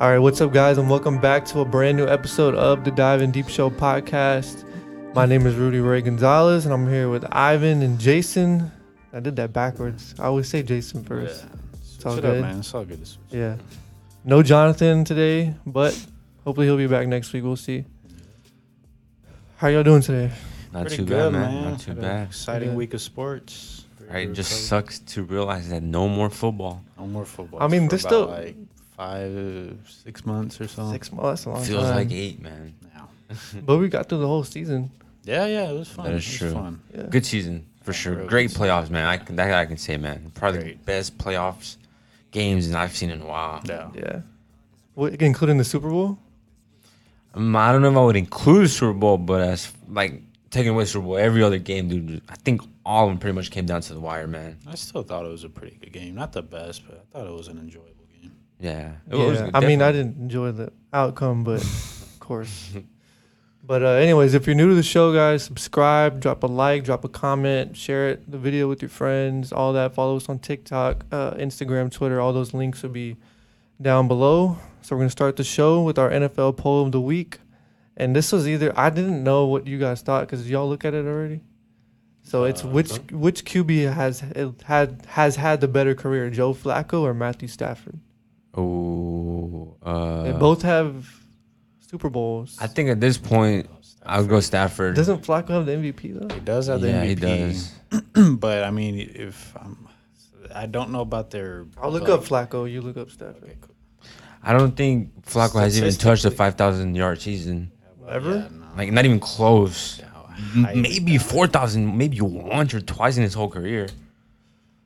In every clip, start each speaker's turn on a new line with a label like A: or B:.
A: All right, what's up, guys, and welcome back to a brand new episode of the Dive in Deep Show podcast. My name is Rudy Ray Gonzalez, and I'm here with Ivan and Jason. I did that backwards. I always say Jason first.
B: It's
A: all
B: Shut
A: good.
B: up, man. It's all good. It's-
A: Yeah. No Jonathan today, but hopefully he'll be back next week. We'll see. How y'all doing today?
C: Not
B: pretty
C: too
B: good,
C: bad, man. Not too
B: Had a
C: bad.
B: Exciting
A: Yeah.
B: week of sports.
C: Right, it just sucks to realize that no more football.
B: No more football.
A: I mean,
B: for
A: this
B: about,
A: still-
B: like five, six months or so.
A: Six months, that's a long
C: Oh. Feels
A: time.
C: like eight, man.
B: now.
A: But we got through the whole season.
B: Yeah, yeah, it was fun.
C: That is
B: it was
C: true.
B: Fun.
A: Yeah.
C: Good season for sure.
B: Real
C: Great
B: good season.
C: playoffs, man. I can, that I can say, man. Probably the
B: Great.
C: best playoffs games I've seen in a while.
B: Yeah.
A: Yeah. What, including the Super Bowl?
C: Um, I don't know if I would include Super Bowl, but as like taking away Super Bowl, every other game, dude. I think all of them pretty much came down to the wire, man.
B: I still thought it was a pretty good game. Not the best, but I thought it was an enjoyable game.
C: Yeah. It
A: yeah.
C: was
A: I mean, I
C: definitely-
A: didn't enjoy the outcome, but of course. But uh, anyways, if you're new to the show, guys, subscribe, drop a like, drop a comment, share it, the video with your friends, all that. Follow us on TikTok, uh, Instagram, Twitter. All those links will be down below. So we're gonna start the show with our NFL poll of the week, and this was either I didn't know what you guys thought because y'all look at it already. So it's
B: Uh,
A: which which QB has had has had the better career, Joe Flacco or Matthew Stafford?
C: Oh. Uh,
A: They both have Super Bowls.
C: I think at this point, I would go Stafford.
A: Doesn't Flacco have the MVP though?
B: He does have the
C: yeah,
B: MVP.
C: he does.
B: but I mean, if I'm, I don't know about their.
A: I'll look
B: like-
A: up Flacco. You look up Stafford.
B: Okay, cool.
C: I don't think Flacco has even touched the
B: Statistically.
C: 5,000 yard season.
A: Ever?
B: Yeah, no.
C: Like, not even close.
B: Yeah,
C: M-
B: I-
C: Maybe 4,000, maybe once or twice in his whole career.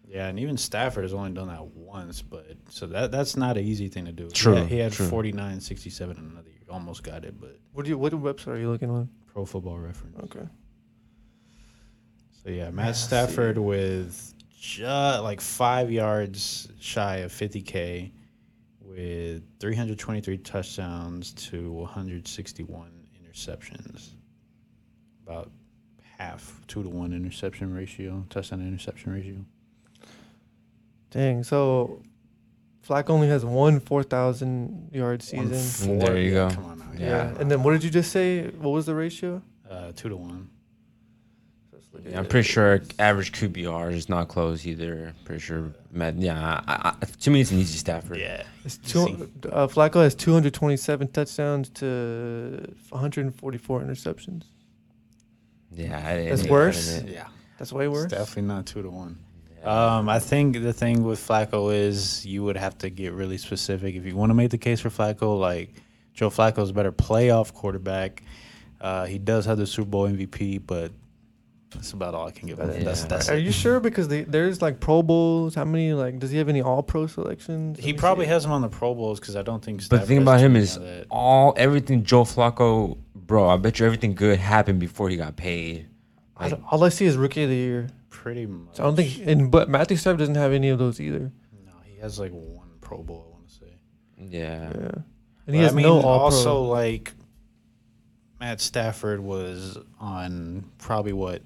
B: Yeah, and even Stafford has only done that once, but so that that's not an easy thing to do. He
C: True,
B: had- He had,
C: true.
B: 49, 67 in another year. Almost got it, but
A: What do you? What website are you looking on?
B: pro football reference.
A: Okay.
B: So
C: Ah,
B: yeah, Matt Stafford with ju- like five yards shy of 50K with 323 touchdowns to 161 interceptions. About half, two to one interception ratio, touchdown to interception ratio.
A: Dang. So Flacco only has one four thousand yard
B: One
A: season.
B: four,
C: There you
B: yeah,
C: go.
B: Come on now.
A: Yeah.
C: Yeah.
A: And then what did you just say? What was the ratio?
B: uh, two to one.
C: Yeah, I'm pretty sure average QBR is not close either. Pretty sure. Matt, yeah, I, I, to me, it's an easy Stafford.
B: Yeah.
A: It's two, uh, Flacco has 227 touchdowns to 144 interceptions.
C: Yeah, I-
A: That's
C: I-
A: worse?
C: I- I-
B: Yeah.
A: That's way
B: It's
A: worse.
B: definitely not two to one.
C: yeah.
B: Um, I think the thing with Flacco is you would have to get really specific if you want to make the case for Flacco. Like Joe Flacco's a better playoff quarterback. Uh, he does have the Super Bowl MVP, but that's about all I can give. him.
C: Yeah.
B: That's that's.
A: Are
B: it.
A: you sure? Because they, there's like Pro Bowls. How many? Like, does he have any All Pro selections? Let
B: He
A: me
B: probably
A: see.
B: has him on the Pro Bowls because I don't think.
C: But the
B: Stafford
C: thing
B: has
C: about
B: too
C: him
B: many
C: is
B: of that.
C: all everything Joe Flacco, bro. I bet you everything good happened before he got paid.
A: I don't- all I see is Rookie of the Year.
B: pretty much.
A: So I don't think, and but Matthew Stafford doesn't have any of those either.
B: No, he has like one Pro Bowl. I want to say.
C: Yeah,
A: Yeah, and he
B: But
A: has
B: I mean,
A: no all
B: also
A: pro.
B: like Matt Stafford was on probably what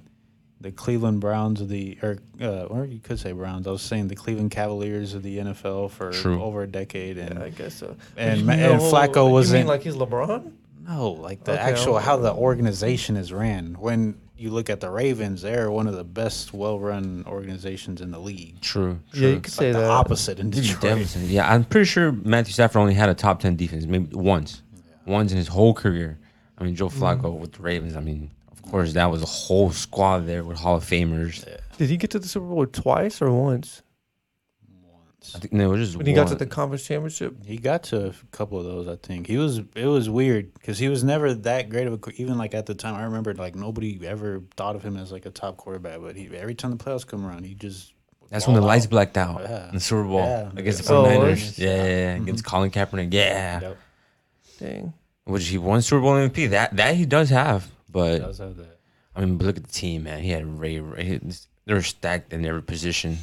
B: the Cleveland Browns of the or uh, or you could say Browns. I was saying the Cleveland Cavaliers of the NFL for
C: True.
B: over a decade, and
A: Yeah, I guess so.
B: and
A: You
B: Ma- and
A: know-
B: Flacco
A: You mean
B: wasn't-
A: like he's LeBron?
B: no, like the
A: Okay,
B: actual
A: I'm-
B: how the organization is ran. When you look at the Ravens, they're one of the best well-run organizations in the league.
C: true.
A: Yeah,
C: true.
A: you could say
B: like the
A: that.
B: opposite in
C: Dude,
B: Detroit.
C: Davidson. Yeah, I'm pretty sure Matthew Stafford only had a top ten defense, maybe once, once in his whole career. I mean, Joe Flacco with the Ravens. I mean, of course, that was a whole squad there with Hall of Famers.
A: Did he get to the Super Bowl twice or once?
B: Once.
C: I think no, it was just
A: When he got to
C: one.
A: the conference championship,
B: He got to a couple of those, I think. He was it was weird because he was never that great of a qu- even like at the time. I remember like nobody ever thought of him as like a top quarterback, but he every time the playoffs come around, he just
C: That's when the
B: ball
C: lights
B: out.
C: blacked out
B: Yeah.
C: in the Super Bowl
B: Yeah.
C: against the
A: Oh,
C: 49ers.
A: really?
C: yeah, yeah, yeah, against Colin Kaepernick. Yeah,
B: Yep,
A: dang.
C: which he won Super Bowl MVP. That that he does have, but
B: does have that.
C: I mean, but look at the team, man. He had Ray. Ray he- they were stacked in every position.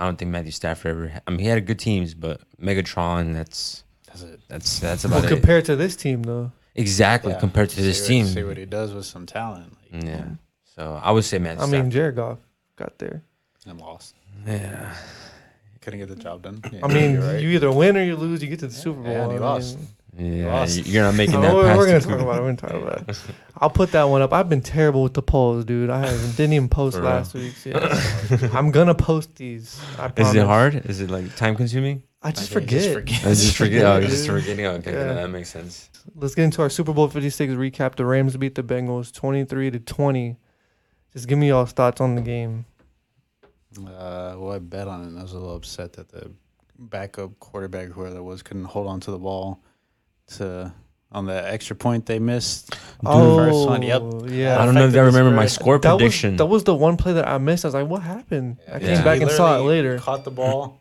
C: I don't think Matthew Stafford ever. ha- I mean, he had good teams, but Megatron. That's
B: That's it.
C: that's that's about
A: Well,
C: it.
A: compared to this team though,
C: exactly
B: Yeah.
C: compared to this
B: see
C: team.
B: what, see what he does with some talent. Like,
C: yeah. So I would say Matthew.
A: I mean, Jared Goff got there.
B: I'm lost
C: Stafford. yeah.
B: couldn't get the job done. Yeah,
A: I mean,
B: you're right.
A: you either win or you lose. You get to the Super Bowl.
B: and he
A: I mean,
B: lost.
C: Yeah,
B: Lost.
C: you- you're not making
A: no,
C: that
A: we're,
C: pass.
A: we're
C: to
A: gonna talk
C: Cooper.
A: about it. We're gonna talk about it. I'll put that one up. I've been terrible with the polls, dude. I haven't didn't even post
C: For real.
A: last week's. Yeah. I'm gonna post these. I
C: Is
A: promise.
C: it hard? Is it like time consuming?
A: I just
B: Okay,
A: forget.
C: I just forget. oh,
A: Yeah.
C: just forgetting. Okay,
A: Yeah.
C: no, that makes sense.
A: Let's get into our Super Bowl 56 recap. The Rams beat the Bengals 23 to 20. Just give me y'all's thoughts on the game.
B: Uh, well, I bet on it. and I was a little upset that the backup quarterback, whoever that was, couldn't hold on to the ball to on the extra point they missed.
A: Oh.
B: first one, yep.
A: Yeah.
C: I don't know if I remember
B: Affected
C: my
B: the
C: score
A: that
C: prediction.
A: was that was the one play that I missed. I was like, "What happened?" I
C: Yeah.
A: came back
B: He
A: and saw it
B: literally
A: later.
B: Caught the ball,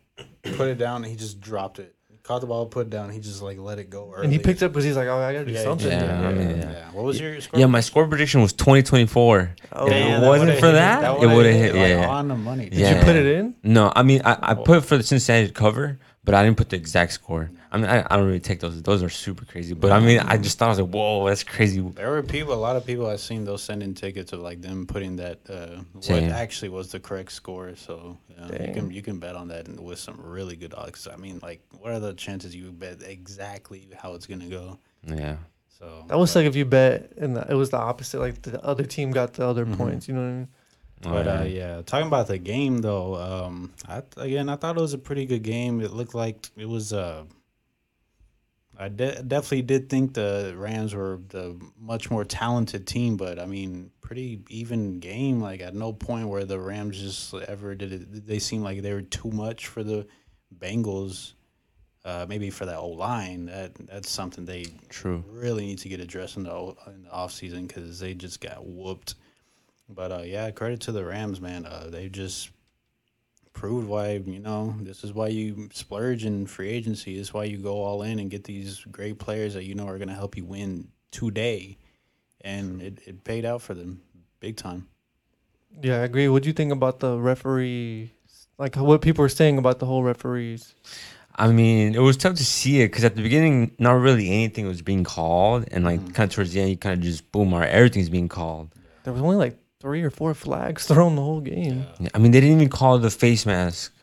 B: put it down, and he just dropped it. Caught the ball, put it down. He just like let it go early.
A: And he picked up because he's like, "Oh, I gotta do
B: Yeah, he
A: something."
B: did,
C: Yeah, I mean, yeah.
B: What was your score?
C: yeah, my score prediction was 2024.
A: Oh.
C: If
A: Damn,
C: it
A: that
C: wasn't
B: would've
C: for
B: hit-
C: that, it
B: would've
C: would have hit.
B: like,
C: yeah.
B: on the money.
A: Did
C: Yeah.
A: you put it in?
C: No, I mean I, I put for the Cincinnati to cover, but I didn't put the exact score. I mean I, I don't really take those; those are super crazy. But I mean I just thought I was like, whoa, that's crazy.
B: There were people, a lot of people I've seen those sending tickets of like them putting that uh, what
C: Same.
B: actually was the correct score. So you, know, you
A: Dang.
B: can you can bet on that and with some really good odds. I mean, like what are the chances you bet exactly how it's gonna go?
C: Yeah,
B: So
A: That was like if you bet and the, it was the opposite. Like the other team got the
C: Mm-hmm.
A: other points. You know what I mean?
B: But
C: Oh,
B: uh,
C: yeah.
B: yeah, talking about the game though, um, I th- again I thought it was a pretty good game. It looked like it was. Uh, I de- definitely did think the Rams were the much more talented team, but I mean, pretty even game. Like at no point where the Rams just ever did it. did They seemed like they were too much for the Bengals. Uh, maybe for that O line, that that's something they
C: true.
B: really need to get addressed in the o- in the off season because they just got whooped. But uh, yeah, credit to the Rams, man. Uh, they just proved why you know this is why you splurge in free agency. This is why you go all in and get these great players that you know are going to help you win today, and it, it paid out for them big time.
A: Yeah, I agree. What do you think about the referee? Like what people are saying about the whole referees?
C: I mean, it was tough to see it because at the beginning, not really anything was being called, and like kind of towards the end, you kind of just boom, all right, everything's being called.
A: There was only like three or four flags thrown the whole game.
C: Yeah, I mean, they didn't even call the face mask.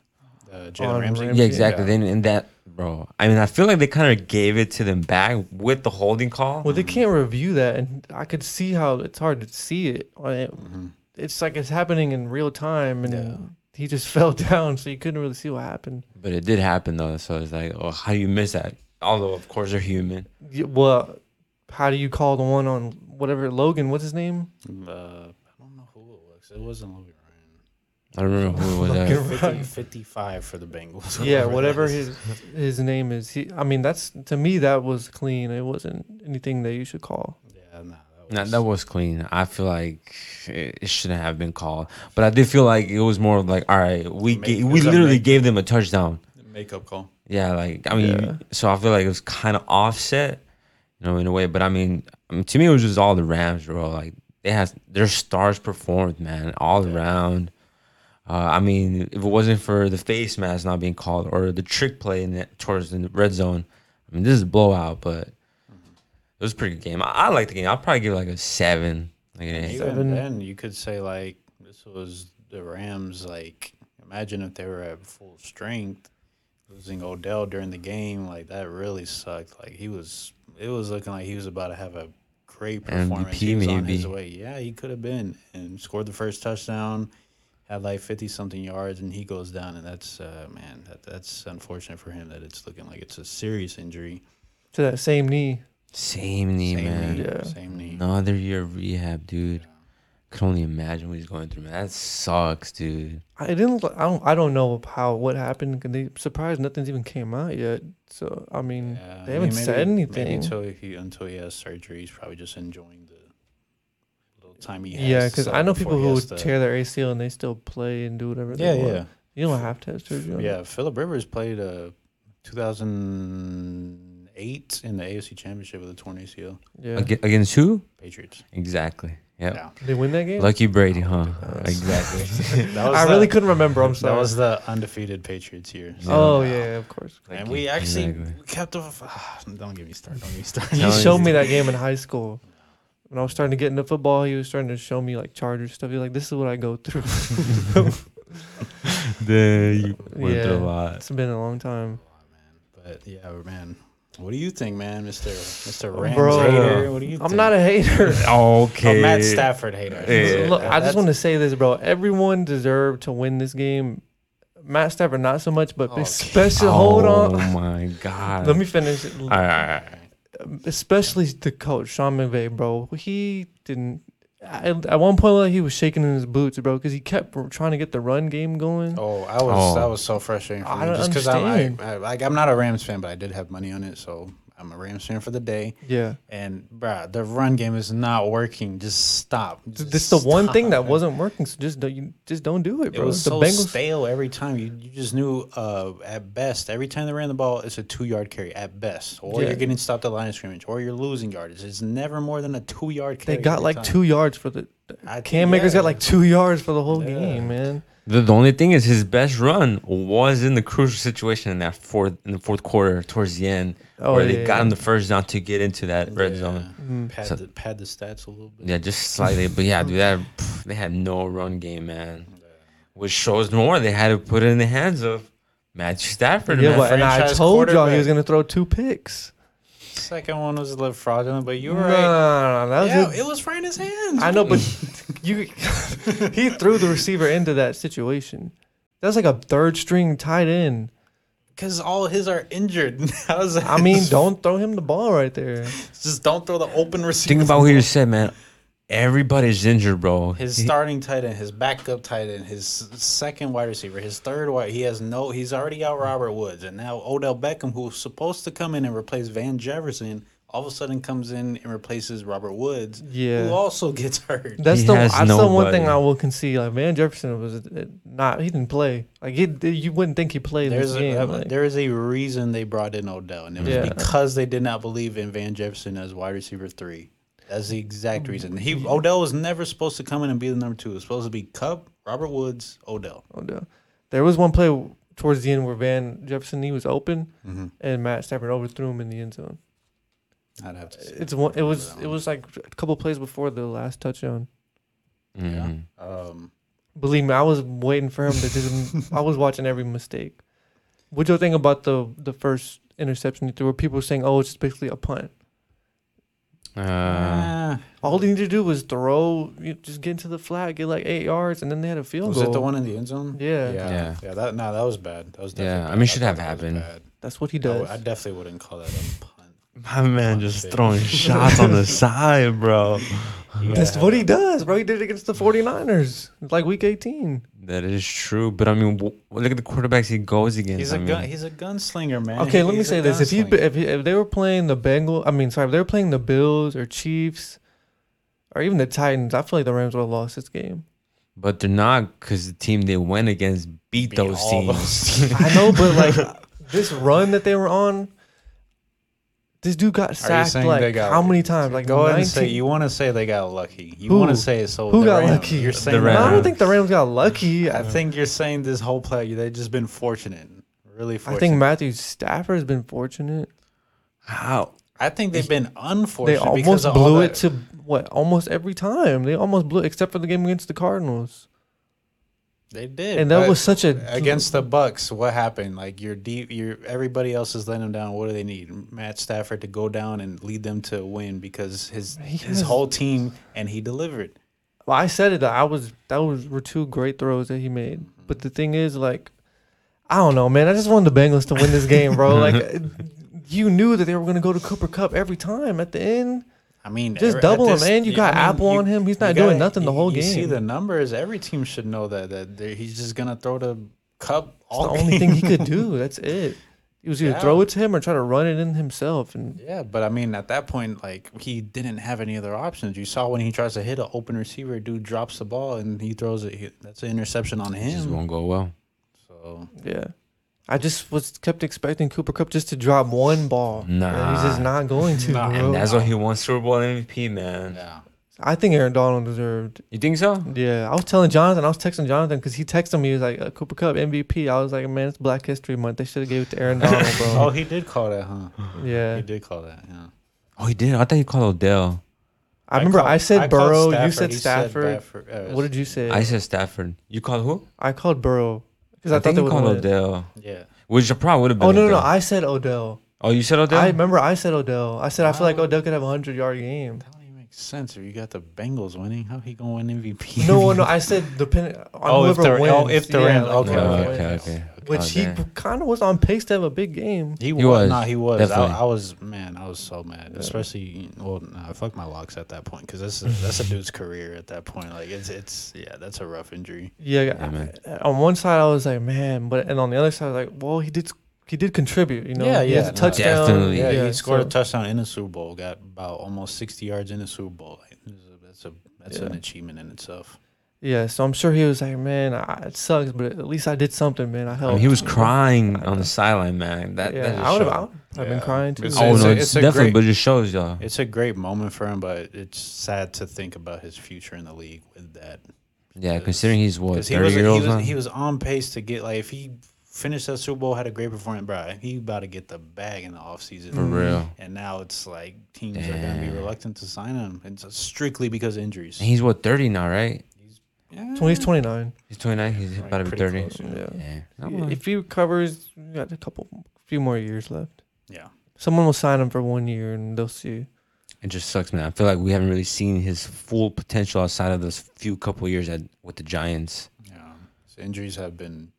B: Uh, Jalen
A: On
B: Ramsey,
A: Ramsey,
C: Yeah, exactly. Then and that, bro. I mean, I feel like they kind of gave it to them back with the holding call.
A: Well, they can't review that, and I could see how it's hard to see it. Like,
B: Mm-hmm.
A: It's like it's happening in real time, and
B: Yeah.
A: he just fell down, so you couldn't really see what happened.
C: But it did happen though, so it's like, oh, how do you miss that? Although of course they're human.
A: Y- Well, how do you call the one on whatever Logan? What's his name?
B: Uh, I don't know who it was. It wasn't Logan Ryan.
C: I don't remember who it was.
A: Fucking
C: That.
B: 50, 55 for the Bengals.
A: yeah,
B: that
A: whatever
B: is.
A: his his name is. He, I mean, that's to me that was clean. It wasn't anything that you should call.
B: Yeah, nah, that
C: Nah,
B: was,
C: that was clean. I feel like it, it shouldn't have been called, but I did feel like it was more of like, all right, we
B: Make-
C: ga-
B: it
C: we
B: was a
C: literally
B: make-
C: gave them a touchdown.
B: makeup call.
C: Yeah, like I mean,
A: Yeah.
C: so I feel like it was kind of offset, you know, in a way. But I mean, I mean, to me, it was just all the Rams, bro. Like they had their stars performed, man, all around. Uh, I mean, if it wasn't for the face mask not being called or the trick play in the, towards the red zone, I mean, this is a blowout, but it was a pretty good game. I, I like the game. I'll probably give it like a seven, like an eight.
B: Even
A: Seven.
B: then, you could say like this was the Rams. Like, imagine if they were at full strength, losing Odell during the game. Like that really sucked. Like he was, it was looking like he was about to have a great performance. he
C: MVP
B: was on his
C: maybe.
B: way. Yeah, he could have been and scored the first touchdown. Had like fifty something yards, and he goes down, and that's uh, man, that, that's unfortunate for him. That it's looking like it's a serious injury.
A: To that same knee.
C: Same knee,
B: Same
C: man.
B: knee,
A: Yeah.
B: same knee. Um,
C: Another year of rehab, dude. Could only imagine what he's going through, man. That sucks, dude.
A: I didn't. I don't. I don't know how what happened. 'cause They surprised nothing's even came out yet. So I mean,
B: Yeah,
A: they
B: I
A: haven't
B: mean,
A: said
B: maybe-
A: anything.
B: Maybe until he until he has surgery, he's probably just enjoying the little time he has.
A: yeah, because I
B: uh,
A: know
B: before
A: people
B: he
A: who
B: has to-
A: tear their ACL and they still play and do whatever.
B: Yeah,
A: they
B: yeah,
A: Want. You don't have to have surgery. on it.
B: yeah. Philip Rivers played uh, 2008 in the AFC Championship with a torn ACL.
A: yeah.
C: Aga- Against who?
B: Patriots.
C: Exactly. Yep.
B: Yeah.
A: They win that game.
C: Lucky Brady, huh?
B: Oh,
A: Nice.
C: Exactly.
B: That was
A: I
B: the,
A: really couldn't remember. I'm
B: That
A: sorry.
B: was the undefeated Patriots year.
C: Yeah.
A: Oh yeah, of course.
B: And
C: Lucky.
B: we actually
C: Exactly.
B: we kept off. don't get me started. Don't get me started.
A: He
C: No,
A: showed
C: he's-
A: me that game in high school. When I was starting to get into football, he was starting to show me like Chargers stuff. He was like, "This is what I go through."
C: Then you went through
A: Yeah.
C: a lot.
A: It's been a long time.
B: But yeah, man. What do you think, man, Mister Mister Rams
A: Bro.
B: hater? What do you?
A: I'm not a hater.
B: a
C: Okay.
B: Oh, Matt Stafford hater.
C: Yeah.
A: Look, I
B: That's-
A: just want to say this, bro. Everyone deserved to win this game. Matt Stafford, not so much, but
B: Okay.
A: especially hold
C: Oh
A: on.
C: my god.
A: Let me finish. it.
C: All right, all right, all right.
A: Especially the coach, Sean McVay, bro. He didn't. I, at one point, like, he was shaking in his boots, bro, because he kept trying to get the run game going.
B: Oh, I was
C: Oh.
B: I was so frustrating for
A: I
B: me
A: don't
B: just because I'm I,
A: understand.
B: I, like I'm not a Rams fan, but I did have money on it, so I'm a Rams fan for the day.
A: Yeah,
B: And bruh, the run game is not working. Just stop. Just
A: this is the one thing that
B: stop.
A: wasn't working. So just don't, you just don't do it,
B: It
A: bro.
B: was
A: the
B: so
A: Bengals.
B: stale every time. You, you just knew uh, at best every time they ran the ball, it's a two yard carry at best, or
A: Yeah.
B: you're getting stopped at line of scrimmage, or you're losing yardage. It's never more than a two yard carry.
A: they got
B: every
A: like
B: time.
A: two yards for the.
B: I-
A: Cam Akers
B: yeah.
A: got like two yards for the whole
B: Yeah.
A: game, man.
C: The, the only thing is his best run was in the crucial situation in that fourth in the fourth quarter towards the end
A: Oh,
C: where they
A: yeah. Mm.
C: got him the first down to get into that red
B: Yeah.
C: zone.
B: Pad,
C: So-
B: the, pad the stats a little bit.
C: Yeah, just slightly. but yeah, dude, that pff, they had no run game, man. Which shows more they had to put it in the hands of Matt Stafford.
A: Yeah,
C: man.
A: but, and I
B: franchise
A: told y'all he was
B: quarterback.
A: gonna throw two picks.
B: Second one was a little fraudulent, but you were
A: no,
B: right.
A: no, no, that was
B: Yeah,
A: it.
B: it was right in his hands.
A: I know, but you he threw the receiver into that situation. That's like a third string tight end.
B: because all his are injured. How is that?
A: I mean, don't throw him the ball right there.
B: just don't throw the open receiver.
C: Think about what you just said, man. Everybody's injured, bro.
B: his
C: He-
B: starting tight end, his backup tight end, his second wide receiver, his third wide. He has no. He's already out Robert Woods, and now Odell Beckham, who was supposed to come in and replace Van Jefferson, all of a sudden comes in and replaces Robert Woods,
A: Yeah.
B: who also gets hurt.
A: That's
C: He
A: the
C: has
A: that's the one
C: nobody.
A: thing I will concede. Like Van Jefferson was uh, not he didn't play. Like he, you wouldn't think he played in
B: There's
A: this game.
B: a, uh,
A: like-
B: there is a reason they brought in Odell, and it was
A: Yeah.
B: because they did not believe in Van Jefferson as wide receiver three. That's the
A: Oh,
B: exact reason. He Odell was never supposed to come in and be the number two. It was supposed to be Cup, Robert Woods, Odell.
A: Oh, no. There was one play towards the end where Van Jefferson he was open
C: Mm-hmm.
A: and Matt Stafford overthrew him in the end zone.
B: I'd have to. Say.
A: It's one. It was
B: that
A: it was like a couple plays before the last touchdown.
C: Mhm.
B: Um,
A: Believe me, I was waiting for him to just. I was watching every mistake. What you think about the the first interception he threw? Where people were saying, "Oh, it's just basically a punt."
C: Uh,
B: ah,
A: All he needed to do was throw, you know, just get into the flat, get like eight yards, and then they had a field
B: was
A: goal.
B: it the one in the end zone?
A: Yeah.
B: yeah,
C: Yeah.
B: yeah. That no, that was bad. That was definitely
C: Yeah, I
B: bad.
C: mean, should
B: thought
C: have
B: that was
C: happened.
B: bad.
A: That's what he
B: Oh, I w-
A: does.
B: I definitely wouldn't call that a punt.
C: my man
B: shit.
C: just throwing shots on the side, bro.
B: You gotta
A: That's
B: have
A: what
B: that.
A: he does, bro. He did it against the 49ers. It's like week 18.
C: That is true, but I mean, w- look at the quarterbacks he goes against.
B: He's
C: I
B: a
C: mean,
B: gun. He's a gunslinger, man.
A: Okay, let me
B: He's a
A: say this: if he,
B: gunslinger.
A: if he if they were playing the Bengal, I mean, sorry, if they were playing the Bills or Chiefs, or even the Titans, I feel like the Rams would have lost this game.
C: but they're not because the team they went against beat,
B: Beat
C: those
B: all
C: teams.
B: those
A: I know, but like this run that they were on, this dude got sacked
B: saying they
A: like
B: got-
A: how many times? Like
B: Go ahead and say
A: 19?
B: you want to say they got lucky. You
A: Who?
B: want to say it so.
A: Who
B: the
A: got
B: Rams-
A: lucky?
B: You're
A: The
B: saying
C: Rams.
A: I
B: that-
A: don't think the Rams got lucky.
B: I
A: I,
B: think you're saying this whole play they've just been fortunate, really
A: I
B: fortunate.
A: think Matthew Stafford has been fortunate.
C: How?
B: I think they've been
A: They
B: unfortunate. because
A: almost
B: of all
A: blew
B: the-
A: it to what? Almost every time they almost blew, except for the game against the Cardinals.
B: They did,
A: And that
B: but
A: was such a-
B: against the Bucks. What happened? Like you're deep. You're everybody else is letting them down. What do they need? Matt Stafford to go down and lead them to a win because his
A: He
B: his
A: has-
B: whole team and he delivered.
A: Well, I said it that I was that was were two great throws that he made.
B: Mm-hmm.
A: But the thing is, like, I don't know, man. I just wanted the Bengals to win this game, bro. like, you knew that they were gonna go to Cooper Cup every time at the end.
B: I mean,
A: Just
B: every- at
A: double him,
B: this-
A: and you
B: I
A: got
B: mean,
A: Apple
B: you-
A: on him. He's
B: you
A: not doing
B: gotta-
A: nothing the
B: you-
A: whole
B: you
A: game.
B: see the numbers. Every team should know that that they're- he's just gonna throw the cup.
A: It's
B: all
A: the only thing
B: game.
A: he could do. That's it. He was either
B: Yeah.
A: throw it to him or try to run it in himself. And
B: Yeah, but I mean, at that point, like he didn't have any other options. You saw when he tries to hit an open receiver, dude drops the ball and he throws it. He- That's an interception on
C: It just
B: him.
C: won't go well.
B: So
A: yeah, I just was kept expecting Cooper Cup just to drop one ball. and he's just
C: Nah.
A: not going to.
B: Nah.
A: bro.
C: And that's why he won Super Bowl MVP, man.
B: yeah,
A: I think Aaron Donald deserved
C: You think so?
A: Yeah, I was telling Jonathan, I was texting Jonathan because he texted me. He was like, uh, "Cooper Cup MVP." I was like, "Man, it's Black History Month. They should have gave it to Aaron Donald,
B: oh,
A: bro."
B: he did call that, huh?
A: yeah,
B: He did call that. Yeah.
C: Oh, he did. I thought he called Odell.
A: I remember I,
B: called-
A: said
B: called
A: Burrow, you
B: Stafford,
A: said
B: he
A: Stafford.
B: Bradford, uh,
A: what did you say?
C: I
A: I,
C: said Stafford. You called who?
A: called Burrow. because I, thought they
C: you
A: would
C: called
A: win.
C: Odell,
B: Yeah.
C: which probably would have been.
A: Oh no, no, no!
C: Odell.
A: I said Odell.
C: oh, you said Odell.
A: I remember I said Odell. I said I feel like
B: Wow.
A: Odell could have a hundred yard game.
B: That don't even make sense. If you got the Bengals winning, how he gonna win MVP?
A: No, no, I said depending on
B: Oh, if
A: whoever
B: they're-
A: wins.
B: oh, if they're in,
A: like,
B: okay,
A: whoever
C: No,
B: okay,
A: wins.
C: okay,
B: okay.
C: okay.
A: Which
C: Oh,
A: he
C: damn.
A: kind of was on pace to have a big game.
B: He,
C: He
B: was.
C: was,
B: Nah, he was. I,
C: definitely.
B: I was. Man, I was so mad. Especially. Well, nah, fuck my locks at that point because that's a, that's a dude's career at that point. Like it's it's yeah, that's a rough injury.
A: Yeah,
C: Yeah, man.
A: I- on one side I was like, man, but and on the other side I was like, well, he did he did contribute, you know.
B: Yeah,
A: he has
B: yeah,
A: a
B: no,
A: touchdown.
C: definitely.
B: Yeah,
A: yeah,
B: he scored
A: so-
B: a touchdown in the Super Bowl. Got about almost sixty yards in the Super Bowl. Like, that's a that's, a, that's an
A: Yeah.
B: achievement in itself.
A: Yeah, so I'm sure he was like, man, I, it sucks, but at least I did something, man. I
C: I
A: helped.
C: mean, he was crying on the sideline, man. That,
A: yeah,
C: that just
A: I would have.
C: shows-
A: I've been crying too.
B: It's-
C: Oh no,
B: a-
C: it's,
B: a
C: definitely,
B: great-
C: but it just shows y'all.
B: It's a great moment for him, but it's sad to think about his future in the league with that.
C: Yeah, considering he's what
B: Because he
C: thirty
B: was, he,
C: year old now.
B: was, he was on pace to get, like, if he finished that Super Bowl, had a great performance, bro, he about to get the bag in the offseason.
C: For real.
B: And now it's like teams are going to be
C: Damn.
B: reluctant to sign him. It's strictly because of injuries.
C: And he's what thirty now, right?
B: Yeah,
A: He's 29.
C: He's twenty nine. He's
B: like,
C: about to be
B: pretty
C: thirty.
B: close, yeah.
A: Yeah.
C: Yeah. That
A: Yeah,
C: one-
A: If he recovers, we got a couple, few more years left.
B: Yeah.
A: Someone will sign him for one year, and they'll see.
C: It just sucks, man. I feel like we haven't really seen his full potential outside of those few couple years at with the Giants.
B: yeah. So injuries have been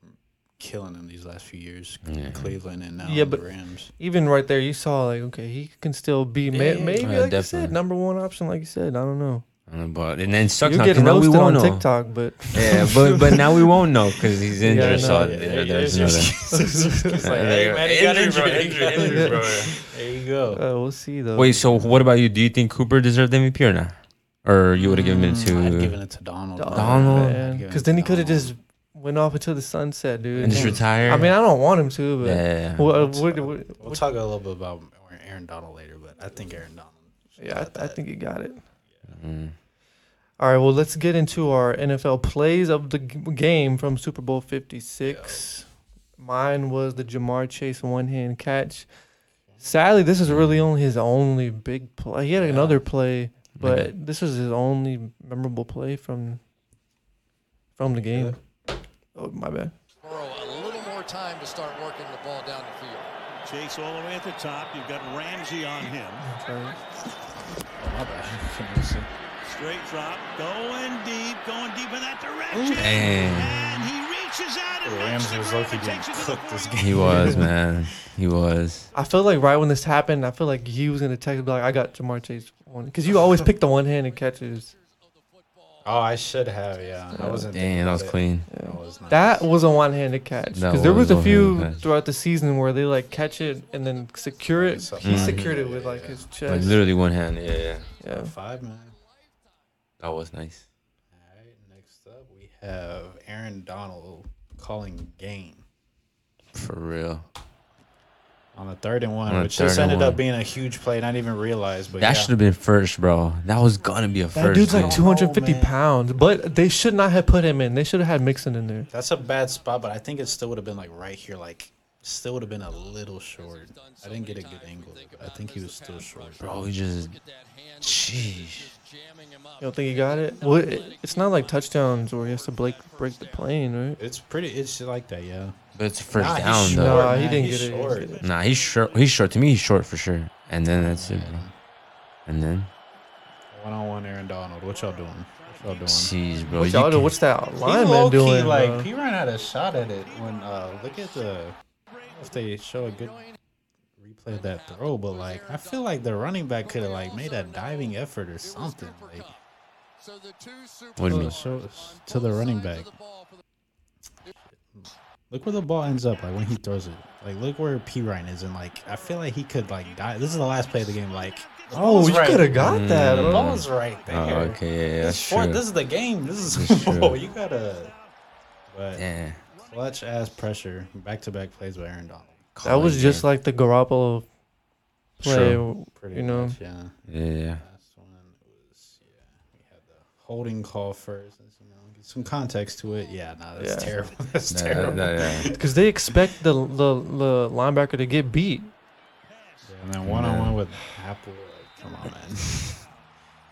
B: killing him these last few years.
C: Yeah.
B: Cleveland and now
A: Yeah,
B: the
A: but-
B: Rams.
A: Even right there, you saw like, okay, he can still be ma-
B: Yeah, yeah,
A: maybe,
C: yeah,
A: like you
C: definitely.
A: said, number one option, like you said. I don't know.
C: I don't know, But and then it sucks
A: you
C: now
A: get
C: 'cause now we
A: roasted
C: won't
A: on
C: know.
A: TikTok, but
C: Yeah, but but now we won't know because he's
A: Yeah, I
C: injured.
A: know.
C: so
A: Yeah,
C: there- there's another.
B: It's like,
C: There
B: hey,
C: you go.
B: man, he got
C: Injured, bro,
B: injured, he got
C: injured,
A: injured,
B: injured. There you go.
A: uh, we'll see though.
C: Wait, so what about you? Do you think Cooper deserved MVP or not? Or you would have given
B: Mm,
C: it
B: I'd
C: to
B: given it to Donald.
A: Donald,
C: Donald.
B: I'd give it
A: because
B: to
A: then he could have
B: Donald.
A: just went off until the sunset, dude.
C: and just
A: Yeah.
C: retire?
A: I mean, I don't want him to, but
C: yeah.
A: Wha-
B: We'll
A: what-
B: talk-
A: what-
B: We'll talk a little bit about Aaron Donald later, but I think Aaron Donald.
A: yeah, I, I think he got it.
C: Mm.
A: All right, well, let's get into our NFL plays of the g- game from Super Bowl 56. Mine was the Jamar Chase one hand catch. Sadly, this is really only his only big play. He had
B: Yeah.
A: another play, but this was his only memorable play from from the game. Oh, my bad.
D: Burrow a little more time to start working the ball down the field.
E: Chase all the way at the top. You've got Ramsey on him.
A: Sorry.
E: Straight drop. Going deep. Going deep in that direction.
C: Damn.
E: And he reaches out and makes
B: Ramsey
E: the
B: was
E: grab
B: lucky
E: and
B: getting
E: takes it to the
B: cooked this
E: 40.
B: game.
C: He was, man. He was.
A: I feel like right when this happened, I feel like he was going to text be like, I got Jamar Chase one. Because you always pick the one handed catches.
B: Oh, I should have. Yeah, I wasn't. thinking
C: Oh, Damn, that was
B: about it.
C: clean.
B: That was nice.
A: That was a one-handed catch
C: That
A: because there was
C: was a
A: a
C: one-handed
A: few
C: catch.
A: throughout the season where they like catch it and then secure it.
B: Something
A: He
C: like
A: secured
B: that.
A: it with like his
C: Like
A: chest.
C: literally one hand. Yeah, yeah.
A: Yeah.
B: five man.
C: That was nice.
B: All right, next up we have Aaron Donald calling game
C: For real.
B: on the third and one,
C: On the
B: which
C: third
B: just
C: and
B: ended
C: one.
B: up being a huge play. and I didn't even realize, but
C: That
B: yeah.
C: should have been first, bro. That was gonna be a
A: That
C: first.
A: dude's like
C: dude.
A: 250
B: man.
A: pounds, but they should not have put him in. They should have had Mixon in there.
B: That's a bad spot, but I think it still would have been like right here, like still would have been a little short. I didn't get a good angle. I think he was still short.
C: bro. He just, jeez.
A: You don't think he got it? Well, it, it's not like touchdowns where he has to break break the plane, right?
B: It's pretty. It's like that, yeah.
C: But it's a first
B: Nah, he's
C: down
B: short,
C: though.
A: Nah, he
B: man.
A: didn't
B: He's
A: get it, he didn't
B: short.
A: get it.
C: Nah, he's short. He's short. To me, he's short for sure. And then that's it, bro. And then,
B: One on one, Aaron Donald. What y'all doing? What y'all doing?
C: jeez, bro.
A: What's,
C: you
A: y'all do-
C: can't-
A: what's that
B: He
A: lineman
B: low-key,
A: doing?
B: like
A: bro?
B: he ran out of shot at it when uh look at the I don't know if they show a good replay of that throw, but like I feel like the running back could have like made a diving effort or something. Like
D: So the two super
C: What do you mean?
B: show us to the running back. Look where the ball ends up, like when he throws it. Like look where P Ryan is and like I feel like he could like die. This is the last play of the game, like the
A: oh,
B: ball's
A: you
B: right-
A: could have got that,
B: the
A: bro.
C: Mm.
B: ball's right there.
C: Oh, okay, yeah, yeah,
B: This,
C: that's
B: is fourth-
C: true.
B: this is the game. This is oh,
C: That's true.
B: you gotta but
C: yeah.
B: clutch ass pressure. Back to back plays by Aaron Donald.
A: That was
C: Colin,
A: just
C: yeah.
A: like the Garoppolo play.
B: Pretty
A: You know,
B: much, yeah.
C: Yeah, yeah.
B: Last one was yeah. We had the holding call first. let's, You know, get some context to it. Yeah, no, that's
A: Yeah.
B: terrible. That's
C: Nah,
B: terrible.
C: nah, nah, nah.
A: because they expect the, the the linebacker to get beat.
B: Yeah, and then one on one with Apple. Like, come on, man.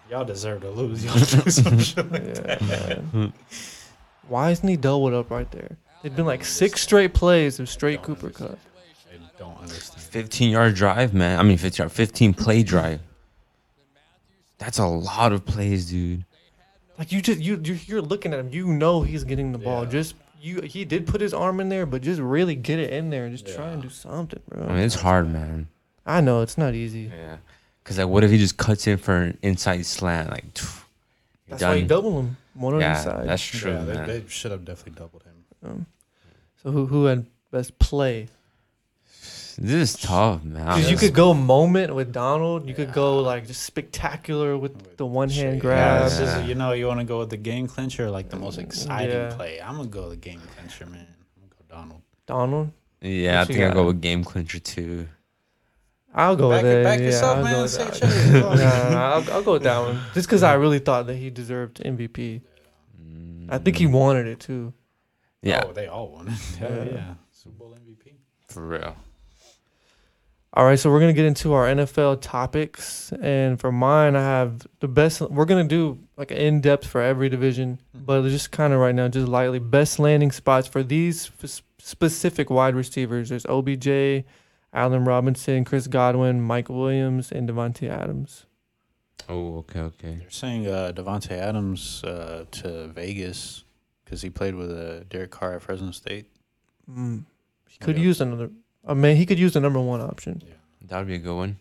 B: Y'all deserve to lose. Y'all do some shit like
A: Yeah, man. Why isn't he doubled up right there? They've been like six straight plays of straight Cooper Cup.
B: I don't understand.
C: 15 yard drive, man. I mean, 15 yard, 15 play drive. That's a lot of plays, dude.
A: Like you just you you- you're looking at him. You know he's getting the ball.
B: Yeah.
A: Just you he did put his arm in there, but just really get it in there. Just try and do something, bro.
C: I mean, it's hard, man.
A: I know it's not easy.
C: Yeah. Cause like, what if he just cuts in for an inside slant? Like, phew, you're
A: That's why you
C: done.
A: double him one on
C: yeah,
A: each side.
C: that's true,
B: yeah,
C: man.
B: they, they should have definitely doubled him.
A: So who who had best play?
C: This is tough, man.
A: Because you
C: That's-
A: could go moment with Donald. You could go like just spectacular with the one hand
B: Yeah,
A: grab.
B: this is-
C: Yeah.
B: you know, you want to go with the game clincher, like the most exciting
A: Yeah.
B: play. I'm gonna go with the game clincher, man. I'm gonna go Donald.
A: Donald.
C: yeah, I
A: What you
C: think I
A: got?
C: go with game clincher too.
A: I'll go
B: Back,
A: with that.
B: back
A: yeah,
B: yourself,
A: I'll go
B: man.
A: with
B: Say
A: that.
B: shit.
A: Nah, nah, I'll, I'll go with that one. Just because I really thought that he deserved MVP. I think he wanted it too.
C: Mm, Yeah,
B: Oh, they all won. yeah,
A: Yeah.
B: yeah. Super Bowl MVP.
C: for real.
A: All right, so we're gonna get into our NFL topics, and for mine, I have the best. We're gonna do like in depth for every division, but just kind of right now, just lightly, best landing spots for these f- specific wide receivers. There's OBJ, Allen Robinson, Chris Godwin, Mike Williams, and Devontae Adams.
C: Oh, okay, okay.
B: They're saying uh, Devonte Adams uh, to Vegas because he played with uh, Derek Carr at Fresno State.
A: Mm. He could
B: Yeah.
A: use another. I mean, he could use the number one option.
C: That would be a good one.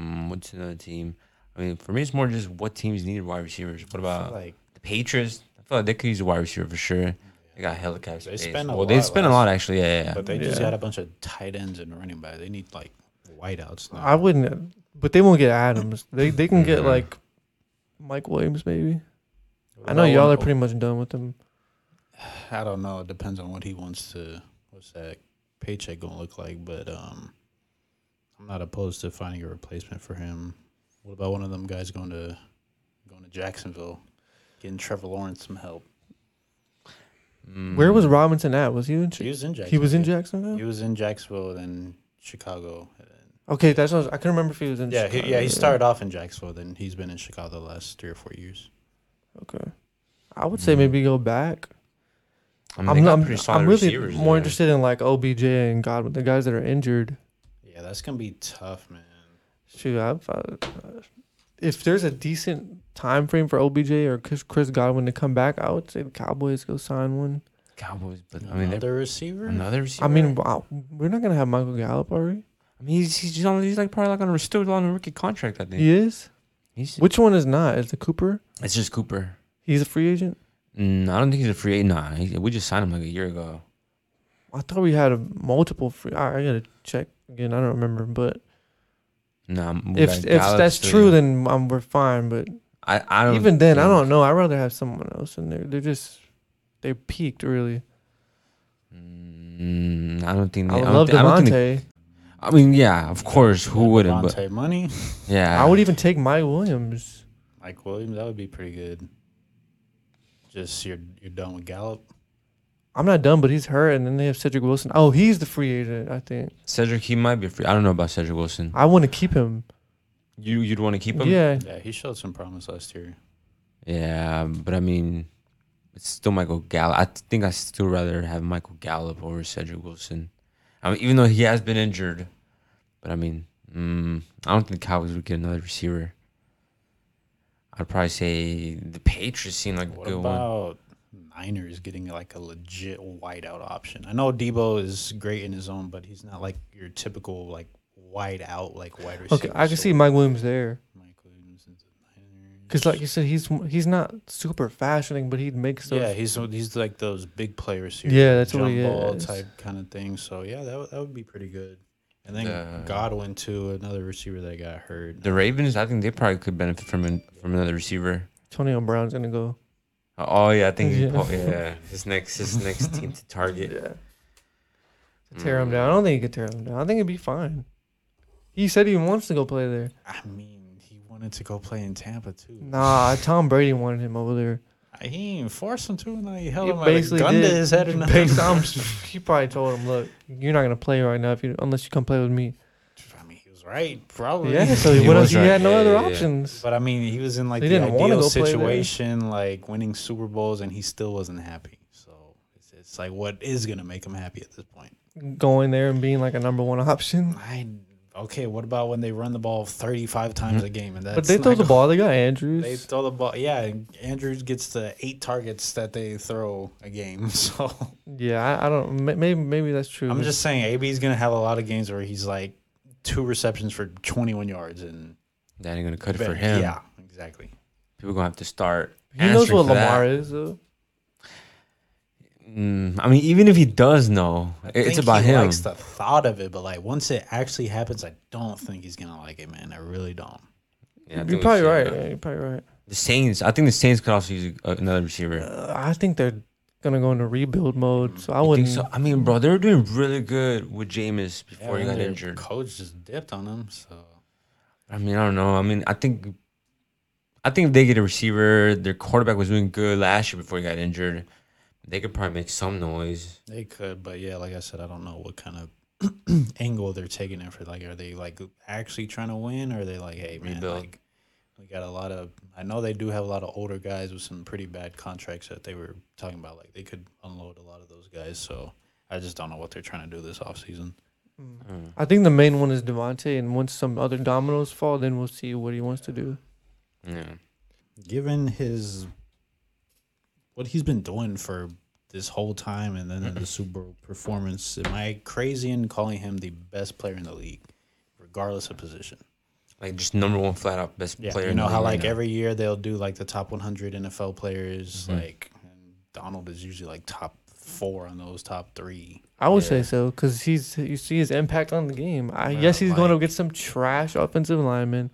C: Mm, what's another team? I mean, for me, it's more just what teams needed wide receivers. What about
B: like
C: the Patriots? I feel like they could use a wide receiver for sure. They got hella cap
B: They
C: space.
B: spend a
C: well, they
B: lot
C: spend a
B: last-
C: lot actually. Yeah, yeah.
B: But they just
A: Yeah.
B: got a bunch of tight ends and running back. They need like whiteouts now.
A: I wouldn't, but they won't get Adams. They they can get
C: Mhm.
A: like Mike Williams maybe.
B: What
A: I know
B: about
A: y'all
B: one-
C: oh.
A: are pretty much done with him.
B: I don't know. It depends on what he wants to. What's that paycheck gonna look like? But um, I'm not opposed to finding a replacement for him. What about one of them guys going to going to Jacksonville, getting Trevor Lawrence some help?
C: Mm.
A: Where was Robinson at? Was he in? Chi-
B: He was in Jacksonville.
A: He was in Jacksonville.
B: He was in Jacksonville, then Chicago. and then-
A: Okay, that's what I, was, I couldn't remember if he was in.
B: Yeah, he, yeah.
A: Chicago.
B: He started off in Jacksonville, then he's been in Chicago the last three or four years.
A: Okay, I would say maybe go back.
C: I mean,
A: I'm
C: Mm-hmm. they
A: not.
C: got
A: I'm,
C: pretty solid
A: I'm really
C: receivers
A: more
C: there.
A: interested in like OBJ and Godwin, the guys that are injured.
B: Yeah, that's gonna be tough, man.
A: Shoot, I, I, if there's a decent time frame for OBJ or Chris, Chris Godwin to come back, I would say the Cowboys go sign one.
C: Cowboys, but I mean, they're
B: Another receiver.
C: another receiver.
A: I mean, wow, we're not gonna have Michael Gallup, are we?
C: I mean, he's he's, just on, he's like probably like on a still on a rookie contract. I think.
A: He is.
C: He's,
A: Which one is not? Is the Cooper?
C: it's just Cooper.
A: He's a free agent.
C: Mm, I don't think he's a free agent. Nah, he, we just signed him like a year ago.
A: I thought we had a multiple free. I, I gotta check again. I don't remember, but
C: Nah, we
A: if
C: got
A: if
C: Gallup's
A: that's
C: still-
A: true, then um, we're fine. But
C: I, I don't
A: even then, I
C: think-
A: don't know. I'd rather have someone else in there. They're just they peaked really.
C: Mm, I don't think.
A: I
C: they-
A: would
C: don't
A: love
C: thi- I don't think-
A: Devontae.
C: I mean, yeah, of course, who wouldn't? But
B: Devontae money.
C: yeah,
A: I would even take Mike Williams.
B: Mike Williams, that would be pretty good. Just you're you're done with Gallup.
A: I'm not done, but he's hurt, and then they have Cedric Wilson. Oh, he's the free agent. I think
C: Cedric. He might be free. I don't know about Cedric Wilson.
A: I want to keep him.
C: You you'd want to keep him?
A: Yeah,
B: Yeah, he showed some promise last year.
C: Yeah, but I mean, it's still Michael Gallup. I think I still rather have Michael Gallup over Cedric Wilson. I mean, even though he has been injured, but I mean, mm, I don't think the Cowboys would get another receiver. I'd probably say the Patriots seem like a
B: What
C: good one.
B: about Niners getting like a legit wideout option? I know Debo is great in his own, but he's not like your typical like wide out like wide receiver.
A: okay, I can
B: So
A: see Mike Williams there
B: Mike Williams is the Niners.
A: because, like you said, he's he's not super fashioning, but he makes those.
B: yeah, he's he's like those big players here.
A: Yeah, that's what he
B: ball
A: is.
B: type kind of thing. So yeah, that would- that would be pretty good. And then
C: The-
B: Godwin too, another receiver that got hurt.
C: The Ravens, I think they probably could benefit from an, from another receiver.
A: Antonio Brown's gonna go.
C: Oh yeah, I think he
A: Yeah.
C: po- yeah. His next his next team to target.
A: Yeah. To tear him down. I don't think he could tear him down. I think he'd be fine. He said he wants to go play there.
B: I mean, he wanted to go play in Tampa too.
A: Nah, Tom Brady wanted him over there.
B: He didn't force him to, and he held
A: He
B: him like a gun to his head.
A: He
B: And
A: basically- I'm s- he probably told him, "Look, you're not gonna play right now if you unless you come play with me."
B: I mean, he was right, probably.
A: Yeah. So
C: He
A: he, what
C: was
A: else? He
C: right.
A: had no
C: Yeah,
A: other
C: yeah, yeah.
A: options.
B: But I mean, he was in like
A: They
B: the
A: didn't wanna
B: ideal
A: go play there.
B: situation, like winning Super Bowls, and he still wasn't happy. So it's, it's It's like what is gonna make him happy at this point.
A: Going there and being like a number one option.
B: I okay. What about when they run the ball thirty five times a game and that's
A: Mm-hmm. But they throw
B: not
A: the
B: go-
A: ball. They got
B: They
A: Andrews.
B: throw the ball. Yeah, and Andrews gets the eight targets that they throw a game. So
A: yeah, I, I don't. may- Maybe maybe that's true.
B: I'm just saying, AB's gonna have a lot of games where he's like two receptions for 21 yards, and
C: That ain't gonna cut it for him.
B: yeah, exactly.
C: People gonna have to start.
A: He knows
C: answering
A: what
C: for that.
A: Lamar is. Though.
C: Mm, I mean, even if he does know, it-
B: I
C: it's
B: think
C: about
B: he
C: him.
B: Likes the thought of it, but like once it actually happens, I don't think he's gonna like it, man. I really don't.
C: Yeah, I think
A: You're
C: we
A: probably
C: should,
A: right.
C: uh,
A: Yeah, you're probably right.
C: The Saints. I think the Saints could also use a, another receiver.
A: Uh, I think they're gonna go into rebuild mode. So I
C: I think
A: wouldn't.
C: so. I mean, bro, they were doing really good with Jameis before he
B: and
C: got
B: their
C: injured.
B: Coach just dipped on him, so
C: I mean, I don't know. I mean, I think, I think if they get a receiver, their quarterback was doing good last year before he got injured. They could probably make some noise.
B: they could. But yeah, like I said, I don't know what kind of angle they're taking it for. Like, are they like actually trying to win, or are they like, hey man,
C: Rebuild.
B: like we got a lot of. I know they do have a lot of older guys with some pretty bad contracts that they were talking about. Like they could unload a lot of those guys. So I just don't know what they're trying to do this offseason.
A: I think the main one is Devontae, and once some other dominoes fall, then we'll see what he wants to do.
C: Yeah.
B: given his what he's been doing for this whole time and then in the Super Bowl performance, am I crazy in calling him the best player in the league, regardless of position?
C: Like just number one, flat out best
B: Yeah,
C: player.
B: you
C: in the
B: know how
C: league right
B: like
C: now.
B: every year they'll do like the top 100 NFL players, like and Donald is usually like top four on those top three.
A: I would say so because he's you see his impact on the game. I yes, he's going to get some trash offensive lineman,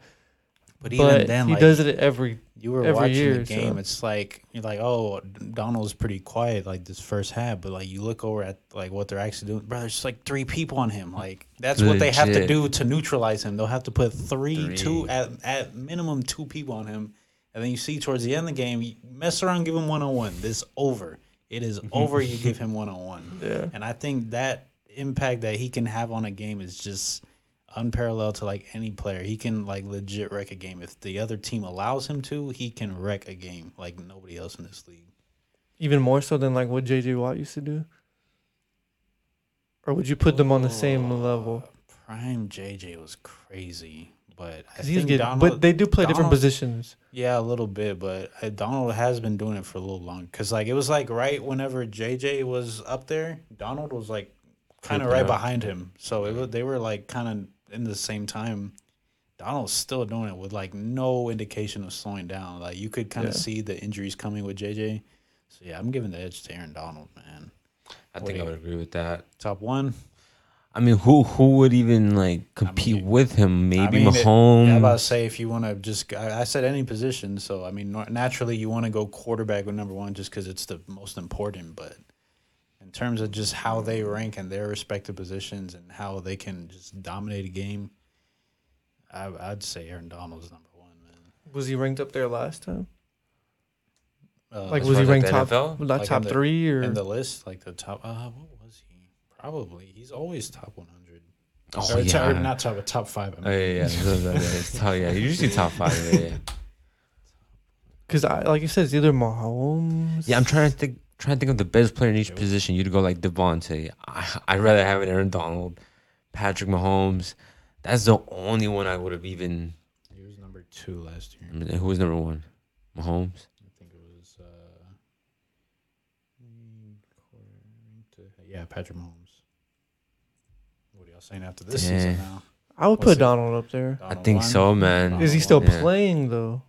B: But even
A: but
B: then,
A: he
B: like,
A: does it every.
B: you were
A: every
B: watching
A: year,
B: the game.
A: so-
B: It's like you're like, oh, Donald's pretty quiet like this first half, but like you look over at like what they're actually doing, bro. There's just, like three people on him. Like that's what they have to
C: Legit.
B: do to neutralize him. They'll have to put three, two
C: Three.
B: at at minimum two people on him, and then you see towards the end of the game, you mess around, give him one on one. This over. It is over. you give him one on one.
A: Yeah.
B: And I think that impact that he can have on a game is just unparalleled to like any player. He can like legit wreck a game. If the other team allows him to, he can wreck a game like nobody else in this league.
A: Even more so than like what JJ Watt used to do. Or would you put them on the same level?
B: Prime JJ was crazy, but I
A: Because he's
B: think
A: getting, but
B: Donald-
A: they do play different
B: Donald-
A: positions.
B: Yeah, a little bit, but uh, Donald has been doing it for a little long. Cause like it was like right whenever JJ was up there, Donald was like kind of
C: Creeping
B: right
C: up.
B: behind him. So it was, they were like kind of in the same time. Donald's still doing it with like no indication of slowing down. Like you could kind
A: Yeah.
B: of see the injuries coming with JJ. So yeah, I'm giving the edge to Aaron Donald, man.
C: I think I
B: Wait.
C: would agree with that.
B: Top one.
C: I mean, who who would even like compete with him? Maybe
B: I mean, it-
C: Mahomes.
B: yeah, I'm about to say if you want to just, I, I said any position. So I mean, nor- naturally you want to go quarterback with number one just because it's the most important. But in terms of just how they rank in their respective positions and how they can just dominate a game, I, I'd say Aaron Donald's number one, man.
A: Was he ranked up there last time?
B: Uh,
A: Like,
C: as
A: was
C: far
A: he
C: as, like,
A: ranked
C: the
A: top,
C: NFL?
A: not
B: Like, in
A: top
B: the-
A: three or?
B: in the list, like the top, uh, what was he? Probably he's always top 100.
C: oh
B: or,
C: yeah.
B: top, or not top, but top five. I mean.
C: Oh, yeah, yeah, yeah, yeah, yeah. It's top- Oh, yeah, usually top five. Yeah, yeah.
A: Because I like you said, it's either Mahomes.
C: yeah, I'm trying to think, trying to think of the best player in each position. You'd go like Devontae. I, I'd rather have an Aaron Donald, Patrick Mahomes. That's the only one I would have even.
B: He was number two last year.
C: I mean, Who was number one? Mahomes.
B: I think it was uh, mm, quarter to- yeah, Patrick Mahomes. What are y'all saying after this season
C: Yeah.
B: now?
A: I would
B: What's
A: put
B: it?
A: Donald up there.
C: I
B: Donald
C: think
B: won?
C: so, man.
A: Is he
B: Donald
A: still
B: won?
C: Yeah.
A: playing though?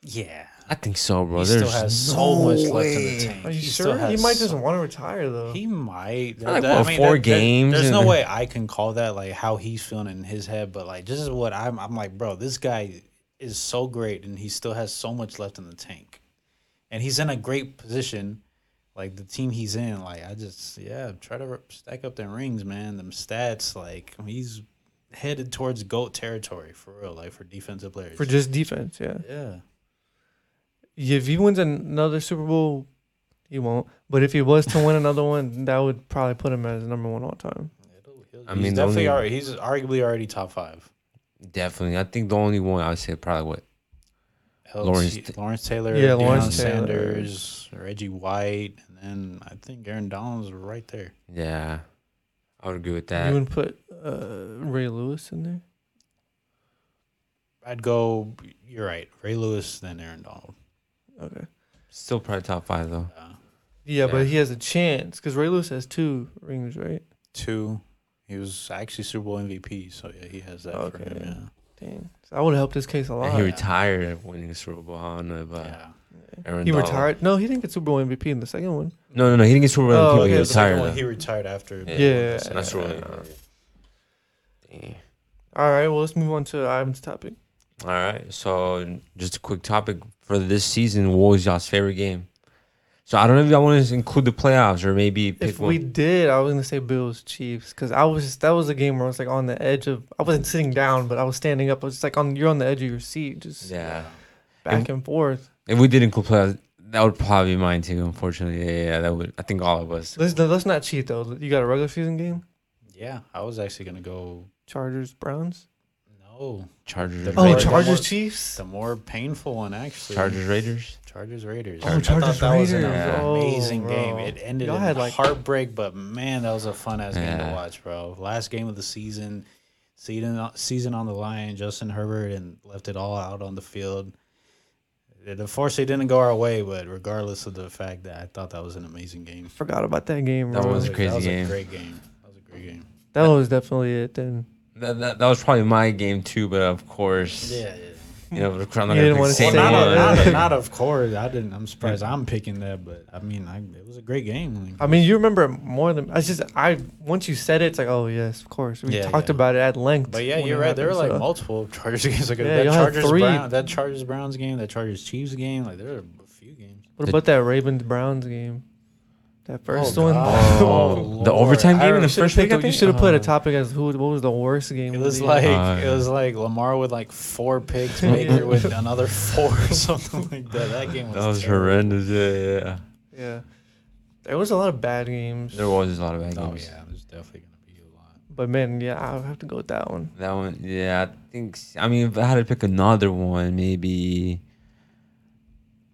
B: Yeah,
C: I think so, bro.
B: he
C: There's
B: still has so
C: no
B: much left in
C: way.
B: the tank.
A: Are you
B: He still
A: sure? He
B: has
A: might just
B: so-
A: want to retire though.
B: He might.
C: Not like, what, four games
B: There's
C: and-
B: no way I can call that like how he's feeling in his head, but like this is what I'm. I'm like, bro, this guy is so great, and he still has so much left in the tank, and he's in a great position. Like the team he's in, like I just yeah, try to rep- stack up them rings, man. Them stats, like he's headed towards goat territory for real, like for defensive players.
A: for just defense, yeah.
B: yeah,
A: If he wins another Super Bowl, he won't. But if he was to win another one, that would probably put him as number one all time.
B: It'll- he'll-
C: I
B: he's
C: mean, the
B: definitely
C: only-
B: already. He's arguably already top five.
C: Definitely. I think the only one I would say probably what Lawrence
B: LT
C: Ta-
B: Lawrence Taylor,
A: Yeah,
B: Deion
A: Lawrence Taylor.
B: Sanders, Reggie White, and then I think Aaron Donald's right there.
C: Yeah, I would agree with
A: You
C: that.
A: wouldn't put uh, Ray Lewis in there?
B: I'd go. You're right. Ray Lewis, then Aaron Donald.
A: Okay.
C: Still probably top five though.
B: Uh,
A: Yeah,
C: Yeah.
A: but he has a chance because Ray Lewis has two rings, right?
B: two. He was actually Super Bowl MVP, so yeah, he has that for
A: Okay.
B: him.
A: Dang. So I would have helped his case a lot.
C: And he retired after winning the Super Bowl. I don't know
B: Yeah.
C: about
B: yeah.
C: Aaron
A: He
C: Donald.
A: retired. No, he didn't get Super Bowl MVP in the second one.
C: No, no, no. He didn't get Super Bowl.
A: Oh,
C: MVP,
A: okay.
C: he
A: The
B: second
C: retired.
B: one,
C: though.
B: he retired after.
C: Yeah.
A: Yeah.
C: Not Super Bowl. uh, Yeah.
A: All right, well, let's move on to Ivan's topic.
C: All right. So just a quick topic for this season. What was y'all's favorite game? So I don't know if y'all want to include the playoffs or maybe pick
A: if
C: one.
A: we did, I was gonna say Bills Chiefs because I was that was a game where I was like on the edge of I wasn't sitting down, but I was standing up. I was just like on you're on the edge of your seat, just
C: yeah.
A: back and forth.
C: If we did include playoffs, that would probably be mine too. Unfortunately, yeah, yeah, yeah, that would. I think all of us.
A: Let's let's not cheat though. You got a regular season game,
B: Yeah, I was actually gonna go.
A: Chargers Browns.
B: No,
C: Chargers.
B: Oh,
A: Oh,
B: Raiders. Charger-
C: Raiders.
A: Chargers
B: Chargers, Oh,
A: Chiefs.
B: the more painful one actually.
C: Chargers. Raiders.
B: Chargers Raiders.
A: Oh, Chargers Raiders.
C: Yeah.
A: Oh,
B: amazing
A: bro.
B: game. It ended
A: Y'all
B: in
A: had like
B: heartbreak, but man, that was a fun ass game
C: Yeah.
B: to watch, bro. Last game of the season, season season on the line. Justin Herbert and left it all out on the field. It unfortunately didn't go our way, but regardless of the fact that I thought that was an amazing game.
A: forgot about that game.
C: That
A: bro.
C: was a crazy
B: that was
C: game.
B: A great game. That was a great game.
A: that was definitely it. Then
C: That, that, that was probably my game too, but of course,
B: Yeah.
C: you know, I'm not gonna
A: You didn't
C: pick
A: wanna
C: the same Oh,
A: say
B: Well,
A: that.
B: not, not,
C: one.
B: not of course. I didn't. I'm surprised I'm picking that, but I mean, I, it was a great game.
A: I mean, you remember it more than I just I once you said it, it's like oh yes, of course. We
B: Yeah,
A: talked
B: yeah.
A: about it at length.
B: But yeah,
A: when
B: you're
A: it
B: right. There were
A: happened,
B: like
A: so-
B: multiple Chargers games. Like
A: Yeah,
B: that
A: y'all had
B: Chargers
A: three.
B: Brown, that Chargers Browns game, that Chargers Chiefs game. Like there were a few games.
A: What about that Ravens Browns game? That first one.
C: Oh, the
B: Lord.
C: overtime game in the
A: You should've
C: first week.
A: picked
C: I
A: up- you
C: think?
A: should have put a
B: Uh,
A: topic as who. What was the worst game?
B: It
A: of
B: was
A: the
B: like
A: year.
C: Uh,
B: it was like Lamar with like four picks, Baker with another four or something like that. That game was,
C: Oh, That was
B: terrible.
C: horrendous. Yeah, yeah, yeah.
A: yeah. There was a lot of bad games,
C: There was a lot of bad
B: Oh
C: games.
B: yeah, it was definitely gonna be a lot.
A: but man, yeah, I would have to go with that one.
C: That one, yeah. I think. s- I mean, if I had to pick another one, maybe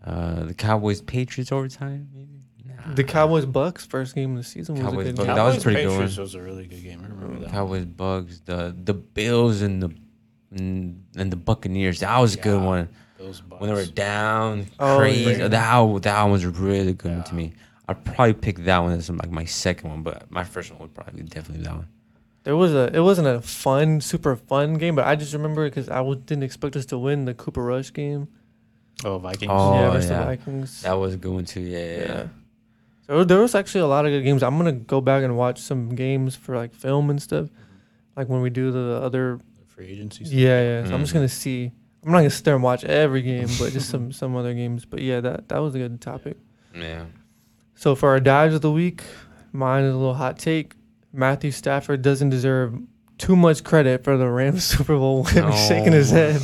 C: uh, the Cowboys Patriots overtime. Maybe
A: The Cowboys Bucks first game of the season was
C: Cowboys
A: a good
C: Bucks,
A: game.
C: that was a pretty good Mm.
B: Patriots
C: one.
B: was a really good game. I remember that.
C: Cowboys Bugs the the Bills and the and, and the Buccaneers. That was a good
B: Yeah.
C: one.
B: Those
C: When they were
B: Bucs.
C: down,
A: Oh,
C: crazy.
A: yeah.
C: That one- that one was a really good one to me. I'd probably pick that one as like my second one, but my first one would probably be definitely that one.
A: There was a. It wasn't a fun, super fun game, but I just remember because I w- didn't expect us to win the Cooper Rush game.
B: oh Vikings.
C: Oh,
A: yeah, versus
C: yeah.
A: the Vikings.
C: That was a good one too. Yeah, yeah. yeah.
A: So there was actually a lot of good games. I'm gonna go back and watch some games for like film and stuff, like when we do the other
B: Free agency. stuff.
A: Yeah, yeah. So I'm just
C: Mm-hmm.
A: gonna see. I'm not gonna sit there and watch every game, but just some some other games. But yeah, that that was a good topic.
C: yeah.
A: So for our dives of the week, mine is a little hot take. Matthew Stafford doesn't deserve too much credit for the Rams Super Bowl win. He's shaking his
C: No.
A: head.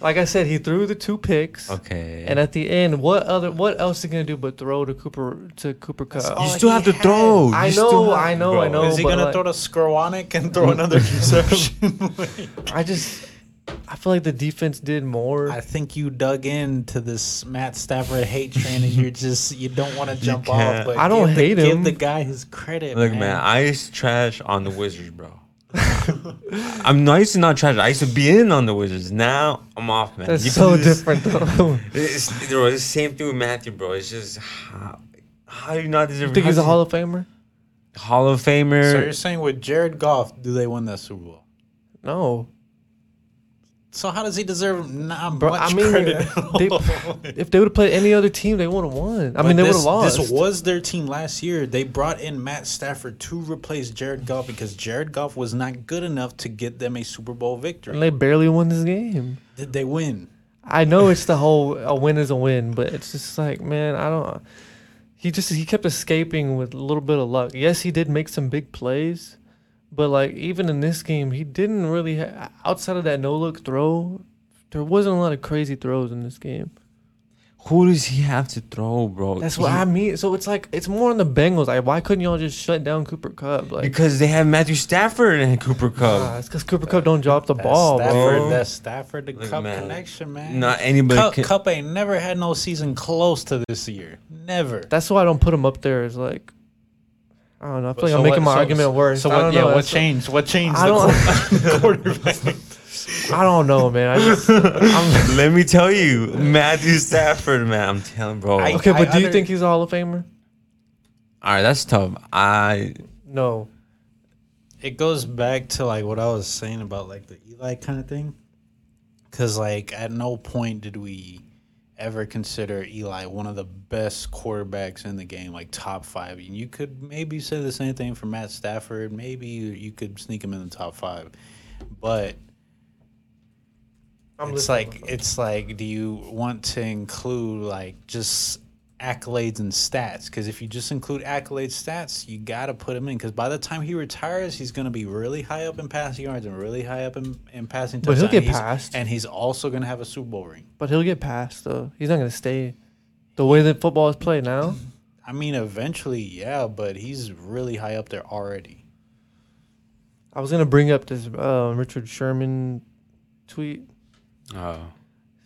A: Like I said, he threw the two picks.
C: Okay.
A: And at the end, what other what else he gonna do but throw to Cooper to Cooper Cup?
C: you
B: all
C: still
B: he
C: have to
B: had.
C: throw.
A: I
C: You still
A: know,
C: have-
A: I know, I
C: Bro.
A: know.
B: Is he
A: but
B: gonna
A: like-
B: throw to Skrowanek and throw another interception?
A: I just I feel like the defense did more.
B: I think you dug into this Matt Stafford hate train, and you're just you don't want to jump off.
C: can't.
B: But
A: I don't
B: give
A: hate
B: the,
A: him.
B: Give the guy his credit.
C: Look,
B: man.
C: man, I used to trash on the Wizards, bro. I'm not I used to not trash. I used to be in on the Wizards. Now I'm off, man.
A: That's
C: You
A: so
C: do this-
A: different though.
C: It's, it's, bro, it's the same thing with Matthew, bro. It's just how, how you not deserve.
A: You think
C: how
A: he's a
C: does-
A: Hall of Famer?
C: Hall of
B: so you're
C: Famer?
B: saying with Jared Goff, do they win that Super Bowl?
A: No,
B: So how does he deserve not
A: bro.
B: much
A: I mean,
B: credit?
A: they, if they would have played any other team, they would have won. I mean, they would have lost.
B: This was their team last year. They brought in Matt Stafford to replace Jared Goff because Jared Goff was not good enough to get them a Super Bowl
A: and
B: victory.
A: they barely won this game.
B: Did they win?
A: I know it's the whole a win is a win, but it's just like man, I don't. He just he kept escaping with a little bit of luck. Yes, he did make some big plays, but like even in this game, he didn't really ha- outside of that no look throw. There wasn't a lot of crazy throws in this game.
C: Who does he have to throw, bro?
A: That's what
C: He-
A: I mean. So it's like it's more on the Bengals. Like, why couldn't y'all just shut down Cooper Cup? Like,
C: Because they have Matthew Stafford and Cooper
A: ah,
C: Cup.
A: it's because Cooper Cup don't drop the ball,
B: Stafford,
A: bro.
B: That's Stafford the
C: Look,
B: Cup
C: man.
B: connection, man.
C: Not anybody.
B: Cup,
C: can-
B: Cup ain't never had no season close to this year. Never.
A: That's why I don't put him up there. Is like, I don't know. I feel like
B: So
A: I'm
B: what-
A: making my
B: so-
A: argument worse.
B: So
A: I
B: what?
A: don't
B: Yeah,
A: know.
B: what
A: That's-
B: changed? What changed
A: I
B: the
A: don't-
B: quar- quarterback?
A: I don't know, man. I just, I'm,
C: Let me tell you, Matthew Stafford, man. I'm telling, bro.
B: I-
A: okay, but do you
B: under-
A: think he's a Hall of Famer?
C: All right, that's tough. I
A: No.
B: it goes back to like what I was saying about like the Eli kind of thing. Cause like at no point did we ever consider Eli one of the best quarterbacks in the game, like top five. And you could maybe say the same thing for Matt Stafford. Maybe you, you could sneak him in the top five. But
A: I'm
B: it's
A: listening.
B: like it's like do you want to include like just accolades and stats because if you just include accolade stats you got to put him in because by the time he retires he's going to be really high up in passing yards and really high up in, in passing
A: But he'll
B: touchdowns.
A: get
B: He's-
A: passed.
B: and he's also going to have a super bowl ring
A: but he'll get passed though. He's not gonna stay. The way that football is played now,
B: i mean eventually yeah but he's really high up there already
A: I was gonna bring up this uh, Richard Sherman tweet.
C: oh,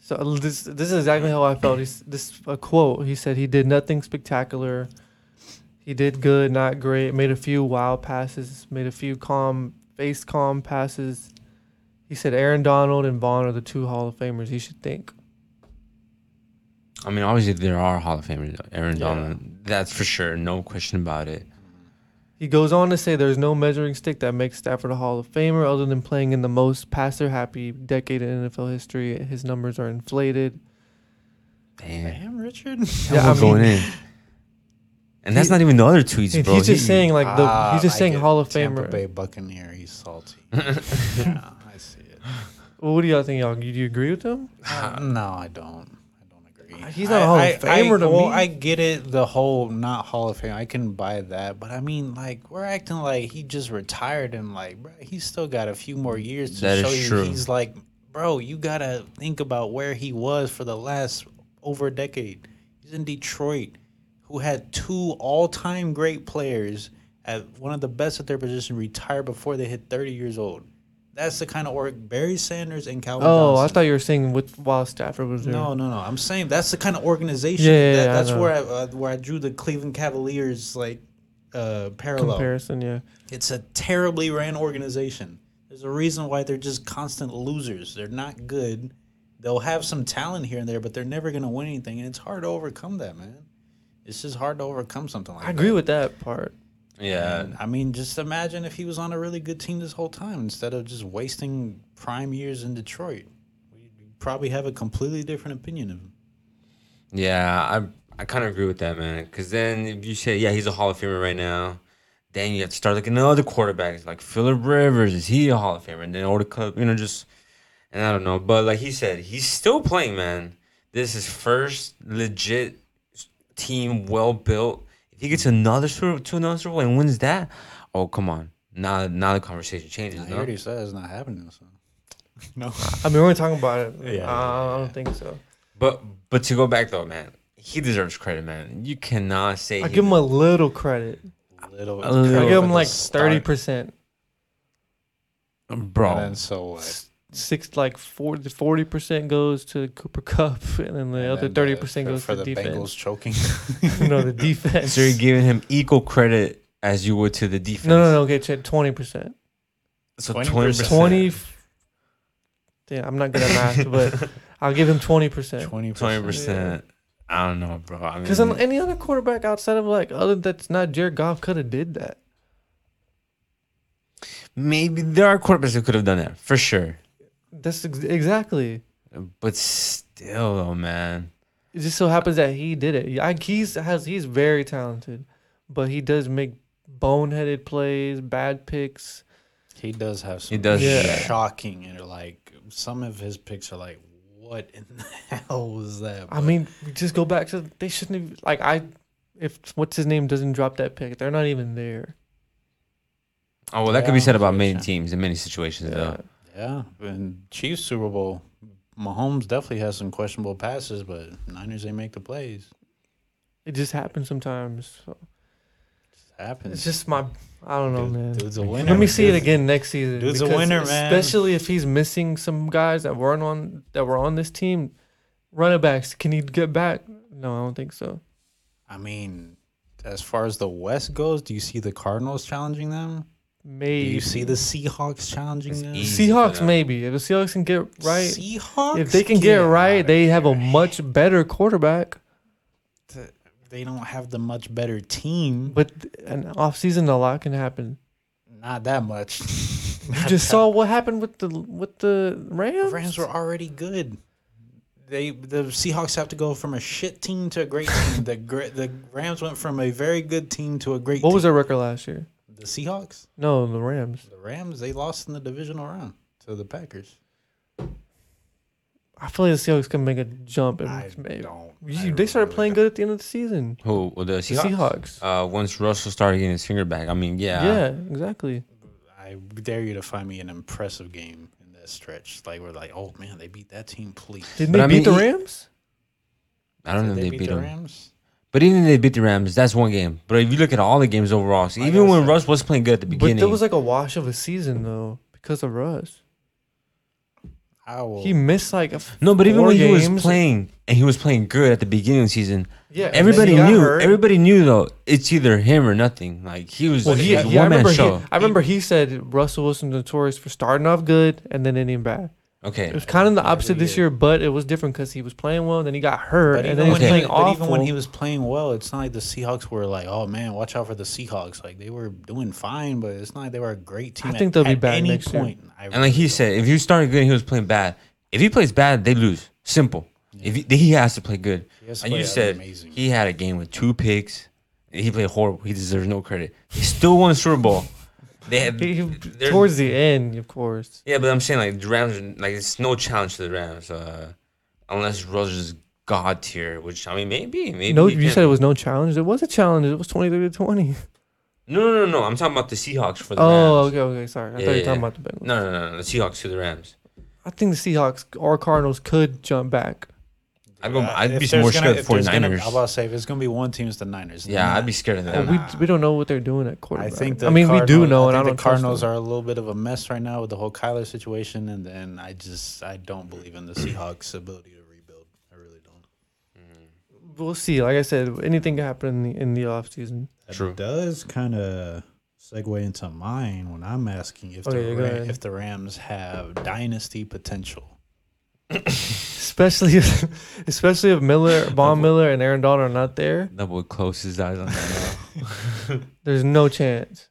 A: So uh, this this is exactly how I felt. He's, this a quote. He said he did nothing spectacular. He did good, not great. Made a few wow passes. Made a few calm face calm passes. He said Aaron Donald and Vaughn are the two Hall of Famers. He should think.
C: I mean, obviously there are Hall of Famers. Aaron
B: Yeah.
C: Donald, that's for sure, no question about it.
A: He goes on to say there's no measuring stick that makes Stafford a Hall of Famer other than playing in the most passer happy decade in NFL history. His numbers are inflated.
C: Damn,
B: damn richard
A: Yeah,
C: yeah,
A: I mean-
C: going in. And that's not even the other tweets,
A: He-
C: bro.
A: he's just
C: He-
A: saying like the
B: Ah,
A: he's just
B: I
A: saying
B: get it.
A: Hall of
B: Tampa
A: Famer.
B: bay buccaneer he's salty yeah i see it
A: Well, what do y'all think, y'all? Do you agree with him?
B: Uh, no, I don't. I don't agree.
A: He's not a Hall of Famer
B: I,
A: to
B: well,
A: me.
B: I get it. The whole not Hall of Fame. I can buy that. But I mean, like, we're acting like he just retired and like, bro, he's still got a few more years to
C: That is
B: show you.
C: true.
B: He's like, bro, you gotta think about where he was for the last over a decade. He's in Detroit, who had two all-time great players at one of the best at their position retire before they hit 30 years old. That's the kind of org Barry Sanders and Calvin
A: Oh,
B: Johnson.
A: I thought you were saying with while Stafford was there.
B: No, no, no. I'm saying that's the kind of organization.
A: Yeah, yeah,
B: that,
A: yeah, I
B: that's
A: know.
B: where I uh, where I drew the Cleveland Cavaliers like uh, parallel.
A: comparison, yeah.
B: It's a terribly ran organization. There's a reason why they're just constant losers. They're not good. They'll have some talent here and there, but they're never gonna win anything, and it's hard to overcome that, man. It's just hard to overcome something like
A: I
B: that.
A: agree with that part.
C: yeah,
B: I mean, just imagine if he was on a really good team this whole time instead of just wasting prime years in Detroit. We'd probably have a completely different opinion of him.
C: yeah. I I kind of agree with that, man. Because then if you say, yeah, he's a Hall of Famer right now, then you have to start looking at other quarterbacks like Philip Rivers. Is he a Hall of Famer? And then Old Cup, you know, just and I don't know. But like he said, he's still playing, man. This is first legit team, well built. If he gets another Super to another Super Bowl and wins that, oh come on. Now, now the conversation changes.
B: I
C: no?
B: already said it's not happening. So. No.
A: I mean, we're only talking about it.
B: Yeah,
A: Uh, I don't think so.
C: But but to go back though, man, he deserves credit, man. You cannot say
A: I
C: he-
A: give him a little credit.
B: little,
C: I give
A: I
C: Little
A: give him like thirty percent,
C: bro.
B: And so what?
A: six like 40 percent goes to Cooper Cup, and then the other
B: And then
A: thirty
B: the-
A: percent
B: for-
A: goes
B: for
A: to
B: the Bengals
A: defense.
B: choking.
A: you know, the defense.
C: so you're giving him equal credit as you would to the defense.
A: no, no, no. Okay, twenty percent.
C: So
B: 20%.
C: twenty
A: Twenty. f- Damn, I'm not good at math, but I'll give him twenty percent.
B: Twenty
C: Twenty
B: percent.
C: percent. I don't know, bro. I mean,
A: Because
B: Mm.
A: any other quarterback outside of like other that's not Jared Goff could have did that.
C: maybe there are quarterbacks who could have done that for sure.
A: That's ex- exactly.
C: But still, though, man.
A: It just so happens that he did it. I, he's has he's very talented, but he does make boneheaded plays, bad picks.
B: He does have some.
C: He does
A: Yeah.
B: shocking and like some of his picks are like, what in the hell was that?
A: I mean, we just go back to they shouldn't have like I if what's his name doesn't drop that pick, they're not even there.
C: Oh well, that could be
B: Yeah,
C: said about
B: for
C: many
B: sure.
C: teams in many situations, though.
B: yeah, and Chiefs Super Bowl. Mahomes definitely has some questionable passes, but Niners they make the plays.
A: It just happens sometimes. So
B: It happens.
A: it's just my, I don't know,
B: Dude-
A: man.
B: dude's a winner.
A: Let me see it
B: Dude's-
A: again next season.
B: dude's a
A: because
B: winner, man.
A: Especially if he's missing some guys that weren't on that were on this team. Running backs, can he get back? No, I don't think so.
B: I mean, as far as the West goes, do you see the Cardinals challenging them? Do
A: Maybe
B: you see the Seahawks challenging
C: It's
B: them?
C: easy.
A: Seahawks,
C: Yeah.
A: maybe if the Seahawks can get right,
B: Seahawks.
A: if they can get it right, they have a much better quarterback.
B: They don't have the much better team.
A: But an offseason, a lot can happen.
B: Not that much.
A: You just saw what happened with the with the Rams.
B: Rams were already good. They the Seahawks have to go from a shit team to a great team. the gre- the Rams went from a very good team to a great.
A: What was
B: team.
A: their record last year?
B: the Seahawks?
A: No, the Rams.
B: The Rams they lost in the divisional round to the Packers.
A: I feel like the Seahawks can make a jump. And
B: I
A: maybe.
B: don't.
A: You-
B: I
A: they started
B: really
A: playing
B: don't.
A: good at the end of the season.
C: Who? Well, the
A: The
C: Seahawks.
A: Seahawks.
C: Uh, once Russell started getting his finger back, I mean, yeah,
A: yeah, exactly.
B: I dare you to find me an impressive game in that stretch. Like we're like, oh man, they beat that team. Please,
A: Didn't
C: But
A: they
C: I
A: beat
C: mean, e-
A: the
C: he-
A: Rams?
C: I don't know
B: Did
C: if they, beat
B: the
C: him,
B: Rams.
C: but even if they beat the Rams, that's one game. But if you look at all the games overall, so
B: Like
C: even
B: I
C: when
B: said-
C: Russ was playing good at the
A: But
C: beginning,
A: there was like a wash of a season though because of Russ.
B: I will.
A: He missed like a f-
C: no, but even
A: four
C: when he
A: games.
C: was playing and he was playing good at the beginning of the season,
A: yeah, and then
C: everybody
A: he got
C: knew.
A: hurt.
C: Everybody knew though. It's either him or nothing. Like he was,
A: Well,
C: he
A: he,
C: was a
A: yeah, I
C: one man
A: remember. He,
C: show.
A: I remember he said Russell Wilson notorious for starting off good and then ending bad. It
C: okay,
A: was kind of the opposite
B: Every
A: this
B: year.
A: year, but it was different because he was playing well, then he got hurt,
B: but
A: and
B: even,
A: then he was
B: when
A: playing
B: he, but
A: awful.
B: even when he was playing well, it's not like the Seahawks were like, oh man, watch out for the Seahawks. Like they were doing fine, but it's not like they were a great team.
A: I
B: at-
A: think they'll be
B: at
A: back
B: any
A: next year.
B: point. I
C: and like he
B: really
C: said, if you started good and he was playing bad, if he plays bad, they lose. Simple. If he, he has to play good,
B: He has to
C: and
B: play
C: you said
B: amazing.
C: he had a game with two picks. He played horrible. He deserves no credit. He still won the Super Bowl. They had
A: He- he-
C: they're-
A: towards the end, of course.
C: Yeah, but I'm saying like the Rams, are- like it's no challenge to the Rams, uh, unless Rogers is god tier, which I mean maybe maybe.
A: No,
C: he
A: you
C: can.
A: said it was no challenge. It was a challenge. It was twenty three to twenty.
C: no, no, no, no. I'm talking about the Seahawks for the
A: Oh,
C: Rams.
A: okay, okay. Sorry, I
C: Yeah,
A: thought you were
C: yeah,
A: talking
C: yeah.
A: about the Bengals.
C: No, no, no, no, the Seahawks to the Rams.
A: I think the Seahawks or Cardinals could jump back.
C: I'd go.
B: Uh,
C: I'd
B: if
C: be
B: there's
C: more
B: gonna-
C: scared of
B: if
C: the
B: there's gonna-
C: 49ers.
B: I'm about to say if it's gonna be one team, it's the Niners.
C: yeah, I'd be scared of
A: But
C: them.
A: Oh, we we don't know what they're doing at
B: I
A: quarterback.
B: think. The
A: I mean, we do
B: Cardinals-
A: know, and I
B: think
A: don't.
B: The Cardinals
A: trust
B: are a little bit of a mess right now with the whole Kyler situation, and then I just I don't believe in the Seahawks' ability to rebuild. I really don't.
A: them. We'll see. Like I said, anything can happen in the, in the off season.
B: That
C: True.
B: does kind of segue into mine when I'm asking if
A: Okay,
B: the
A: go
B: Ra-
A: ahead.
B: if the Rams have dynasty potential.
A: especially if, especially if Miller, Von Miller, and Aaron Donald are not there.
C: That would close his eyes on that.
A: There's no chance.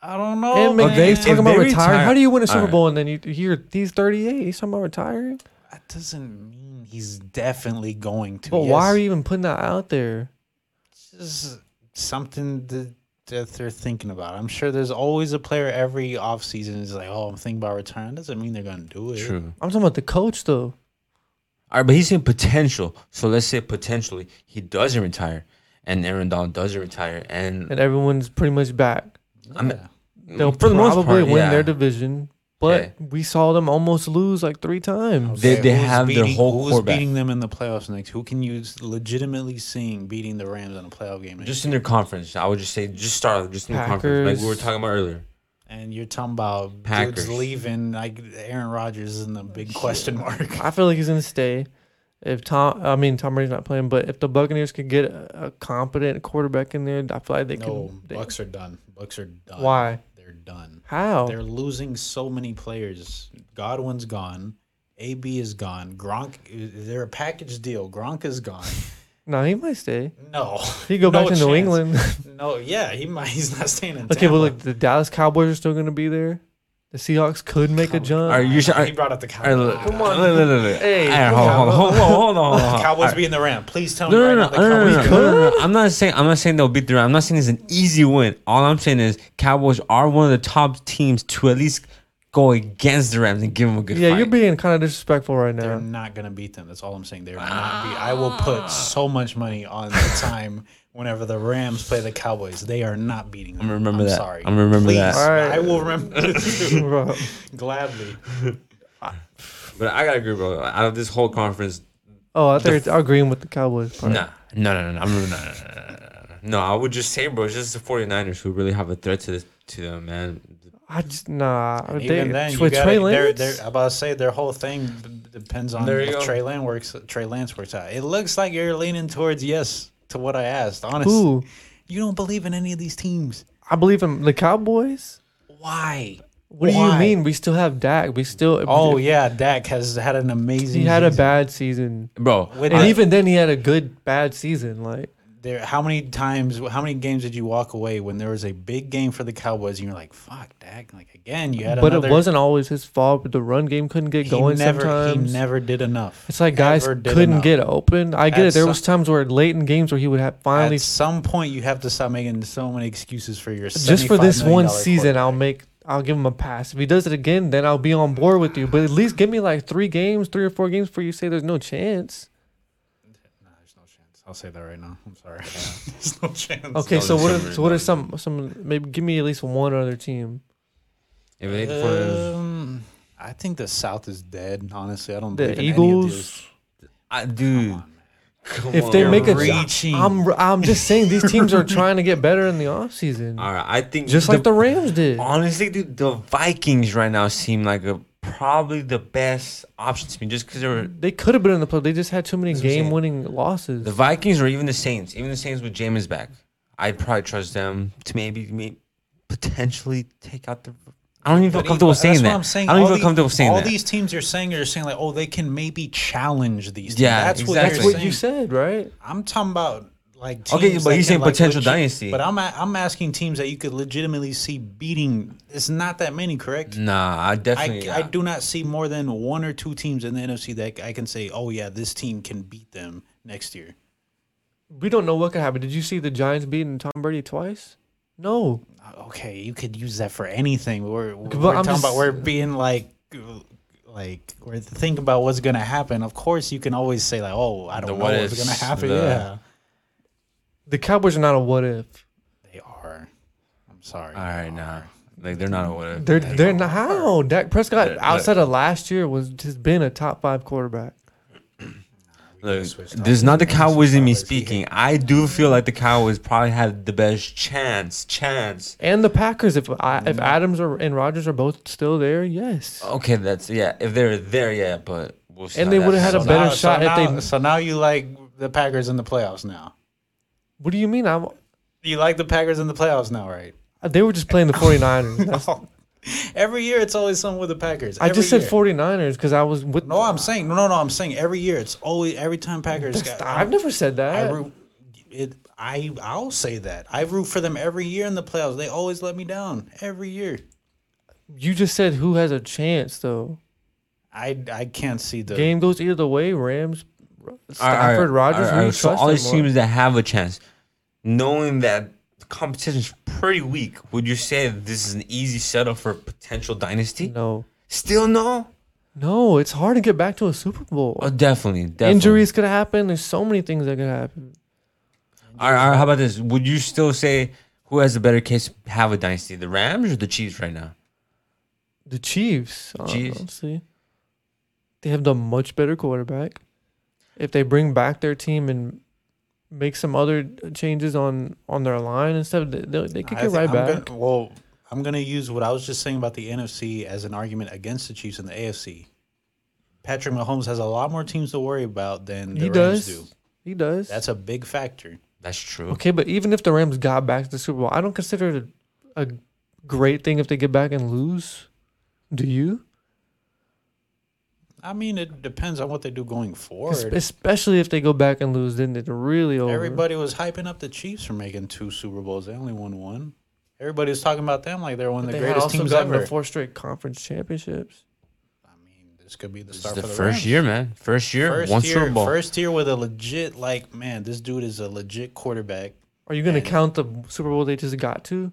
B: I don't know.
A: And
C: man.
A: McVay's
C: If
A: talking about
C: they
A: retiring.
C: retire-
A: How do you win a Super
C: Alright.
A: Bowl and then you hear he's 38? He's talking about retiring.
B: that doesn't mean he's definitely going to.
A: But why are
B: Yes.
A: you even putting that out there?
B: just something that, that they're thinking about. I'm sure there's always a player every offseason is like, oh, I'm thinking about retiring. Doesn't mean they're going to do it.
C: True.
A: I'm talking about the coach though.
C: All right, but he's saying potential. So let's say potentially he doesn't retire, and Aaron Donald doesn't retire, and
A: And everyone's pretty much back.
B: Yeah.
C: I'm- Mm,
A: They'll
C: for the most
A: probably
C: part,
A: win
C: yeah.
A: their division. But
C: Yeah.
A: we saw them almost lose like three times.
C: They- they
B: who's
C: have their
B: beating-
C: whole
B: Who's
C: quarterback.
B: beating them in the playoffs next? Who can you s- legitimately seeing beating the Rams in a playoff game? next?
C: Just in their conference, I would just say just start off, just in their conference, like we were
A: Packers.
C: talking about earlier.
B: and you're talking about
C: Packers.
B: dudes leaving. Like Aaron Rodgers is in the big question mark.
A: I feel like he's gonna stay. If Tom, I mean Tom Brady's not playing, but if the Buccaneers could get a, a competent quarterback in there, I feel like they
B: No,
A: can. they-
B: Bucks are done. Bucks are done.
A: Why?
B: They're done.
A: How?
B: They're losing so many players. Godwin's gone. AB is gone. Gronk, they're a package deal. Gronk is gone.
A: No, he might stay.
B: No.
A: He go
B: No
A: back to New
B: chance.
A: England.
B: No, yeah, he might. He's not staying in
A: okay,
B: Tampa.
A: but look, the Dallas Cowboys are still going to be there. The Seahawks could make a jump.
C: All right, you should. all
B: he
C: right,
B: brought up the
C: all right,
B: Cowboys.
C: look, look, look, look, look.
A: Hey,
C: All right, hold on, hold on, hold on, hold on, hold on.
B: Cowboys beating the Ram. Please tell me
C: No,
B: right
C: no,
B: now
C: no,
B: the
C: no, no, no,
B: Cowboys.
C: no, no, no. I'm not saying I'm not saying they'll beat the Rams. I'm not saying it's an easy win. All I'm saying is Cowboys are one of the top teams to at least go against the Rams and give them a good
A: yeah,
C: fight.
A: you're being kind of disrespectful right
B: They're
A: now.
B: not gonna beat them. That's all I'm saying. They're not. Beat. I will put so much money on the time whenever the Rams play the Cowboys. They are not beating them.
C: I'm gonna remember that.
B: Sorry.
C: I'm gonna remember that.
B: Please.
A: All right.
B: I will remember this too.
A: Bro,
B: gladly.
C: But I gotta agree, bro. Out of this whole conference,
A: Oh, I think I'm agreeing with the Cowboys. Part.
C: nah, no, no, no, no, I'm, no, no, no, no, no, no. No, I would just say, bro, it's just the 49ers who really have a threat to this, to them, man.
A: I just nah.
B: Even
A: They,
B: then, you
A: with
B: gotta,
A: Trey
B: they're-
A: Lance,
B: they're- I'm about to say their whole thing d- depends on
C: There you
B: if
C: go.
B: Trey Lance works. Trey Lance works out. It looks like you're leaning towards yes to what I asked. Honestly,
A: Who?
B: you don't believe in any of these teams.
A: I believe in the Cowboys.
B: Why?
A: What do you
B: Why?
A: mean? We still have Dak. We still.
B: Oh yeah, Dak has had an amazing.
A: he had a
B: season.
A: bad season,
C: Bro,
B: With
A: and
B: I-
A: even then, he had a good bad season. Like
B: There, how many times? How many games did you walk away when there was a big game for the Cowboys and you're like, "Fuck, Dak!" Like again, you had.
A: But
B: another,
A: it wasn't always his fault. But the run game couldn't get
B: He
A: going
B: never,
A: sometimes.
B: he never did enough.
A: it's like guys
B: Ever
A: couldn't
B: did enough.
A: get open. I get
B: At
A: it. There
B: some-
A: was times where late in games where he would have finally
B: At some point, you have to stop making so many excuses for your.
A: just for
B: $75
A: this
B: million
A: one
B: quarterback.
A: season. I'll make. I'll give him a pass. If he does it again, then I'll be on board with you. But at least give me like three games, three or four games, before you say there's no chance.
B: Nah, there's no chance. I'll say that right now. I'm sorry. there's no chance.
A: Okay,
C: That
A: so
C: was
A: what?
C: some
A: Are, so what are
C: rebound.
A: some some maybe give me at least one other team?
C: if it ain't the 49ers,
B: Um, I think the South is dead. Honestly, I don't. believe
A: The
B: in any of
A: Eagles.
B: these.
C: I, dude, come
A: If they
C: on,
A: make a,
C: bro.
B: reaching.
A: am I'm just saying these teams are trying to get better in the offseason.
C: all right, I think
A: just like the Rams did.
C: Honestly, dude, the Vikings right now seem like a probably the best option to me, just because they were
A: They could have been in the play. They just had too many
C: what I'm saying.
A: game winning losses.
C: the Vikings or even the Saints, even the Saints with Jameis back. I'd probably trust them to maybe, maybe potentially take out the. I don't even feel
B: But
C: comfortable
B: even-
C: saying
B: that's what
C: that.
B: I'm saying.
C: I don't
B: All
C: even feel
B: the-
C: comfortable saying
B: all
C: that.
B: these teams you're saying you're saying like, oh, they can maybe challenge these. Teams.
C: Yeah,
B: that's
C: exactly.
B: what,
A: That's
B: you're
A: what
B: saying.
A: you said, right?
B: I'm talking about like. Teams
C: Okay, but
B: that
C: you're
B: can,
C: saying
B: like,
C: potential dynasty.
B: But I'm a- I'm asking teams that you could legitimately see beating. It's not that many, correct?
C: Nah, I
B: I,
C: Mm, definitely.
B: I do not see more than one or two teams in the NFC that I can say, oh yeah, this team can beat them next year.
A: We don't know what could happen. Did you see the Giants beating Tom Brady twice? No.
B: Uh, Okay, you could use that for anything. We're, we're
A: but I'm
B: talking about
A: just-
B: we're being like, like we're thinking about what's gonna happen. Of course, you can always say like, oh, I don't
C: The
B: know
C: what
B: what's
C: ifs,
B: gonna happen.
C: the-
B: Yeah,
A: The Cowboys are not a what if.
B: they are. I'm sorry.
C: All right, nah, like they're not a what if.
A: They're they're not how Dak Prescott
C: Look.
A: outside of last year was just been a top five quarterback.
C: Look, this is not the Cowboys in me speaking. I do feel like the Cowboys probably had the best chance. Chance.
A: And the Packers, if I, if Adams or, and Rogers are both still there, yes.
C: Okay, that's yeah. If they're there, yeah, but we'll see.
A: And
C: how
A: they
C: that
A: would've had a
C: plays out.
A: better shot
B: so
A: if they-
B: now, So now you like the Packers in the playoffs now.
A: What do you mean? I'm,
B: You like the Packers in the playoffs now, right?
A: they were just playing the 49ers. That's-
B: Every year it's always something with the Packers.
A: I
B: Every
A: just said
B: year.
A: 49ers because I was with.
B: No, I'm saying no, no, no. I'm saying every year it's always every time Packers got.
A: I've never said
B: I
A: that.
B: root. It, I I'll say that I root for them every year in the playoffs. They always let me down every year.
A: you just said who has a chance though.
B: I I can't see the
A: Game goes either way. Rams,
C: All right, all right,
A: Stafford, Rogers.
C: all
A: Who
C: right,
A: you
C: so
A: trust
C: all
A: them
C: these
A: more?
C: teams that have a chance, knowing that the competition's pretty weak, would you say that this is an easy setup for potential dynasty?
A: No,
C: Still no?
A: no, it's hard to get back to a Super Bowl.
C: Oh, definitely, definitely.
A: Injuries could happen. There's so many things that could happen.
C: All right, all right, how about this? Would you still say who has the better case to have a dynasty, the Rams or the Chiefs right now?
A: The Chiefs,
C: Chiefs.
A: honestly, they have the much better quarterback. If they bring back their team and make some other changes on on their line and stuff, they, they, they could
B: I
A: get
B: thi-
A: right
B: I'm
A: back.
B: Gonna, well, I'm gonna use what I was just saying about the NFC as an argument against the Chiefs and the AFC. Patrick Mahomes has a lot more teams to worry about than the
A: he
B: Rams
A: does.
B: do.
A: He does.
B: That's a big factor.
C: That's true.
A: Okay, but even if the Rams got back to the Super Bowl, I don't consider it a, a great thing if they get back and lose. Do you?
B: I mean, it depends on what they do going
A: Es-
B: forward.
A: Especially if they go back and lose, then it's really over.
B: Everybody was hyping up the Chiefs for making two Super Bowls. They only won one. Everybody was talking about them like they're one of the
A: they had
B: greatest
A: also
B: teams
A: gotten
B: ever.
A: the four straight conference championships.
B: I mean, this could be the
C: It's
B: start
C: the
B: for the
C: first
B: Rams.
C: year, man. First year,
B: First
C: one
B: year,
C: Super Bowl.
B: first year with a legit like man, this dude is a legit quarterback.
A: Are you going to
B: And-
A: count the Super Bowl they just got to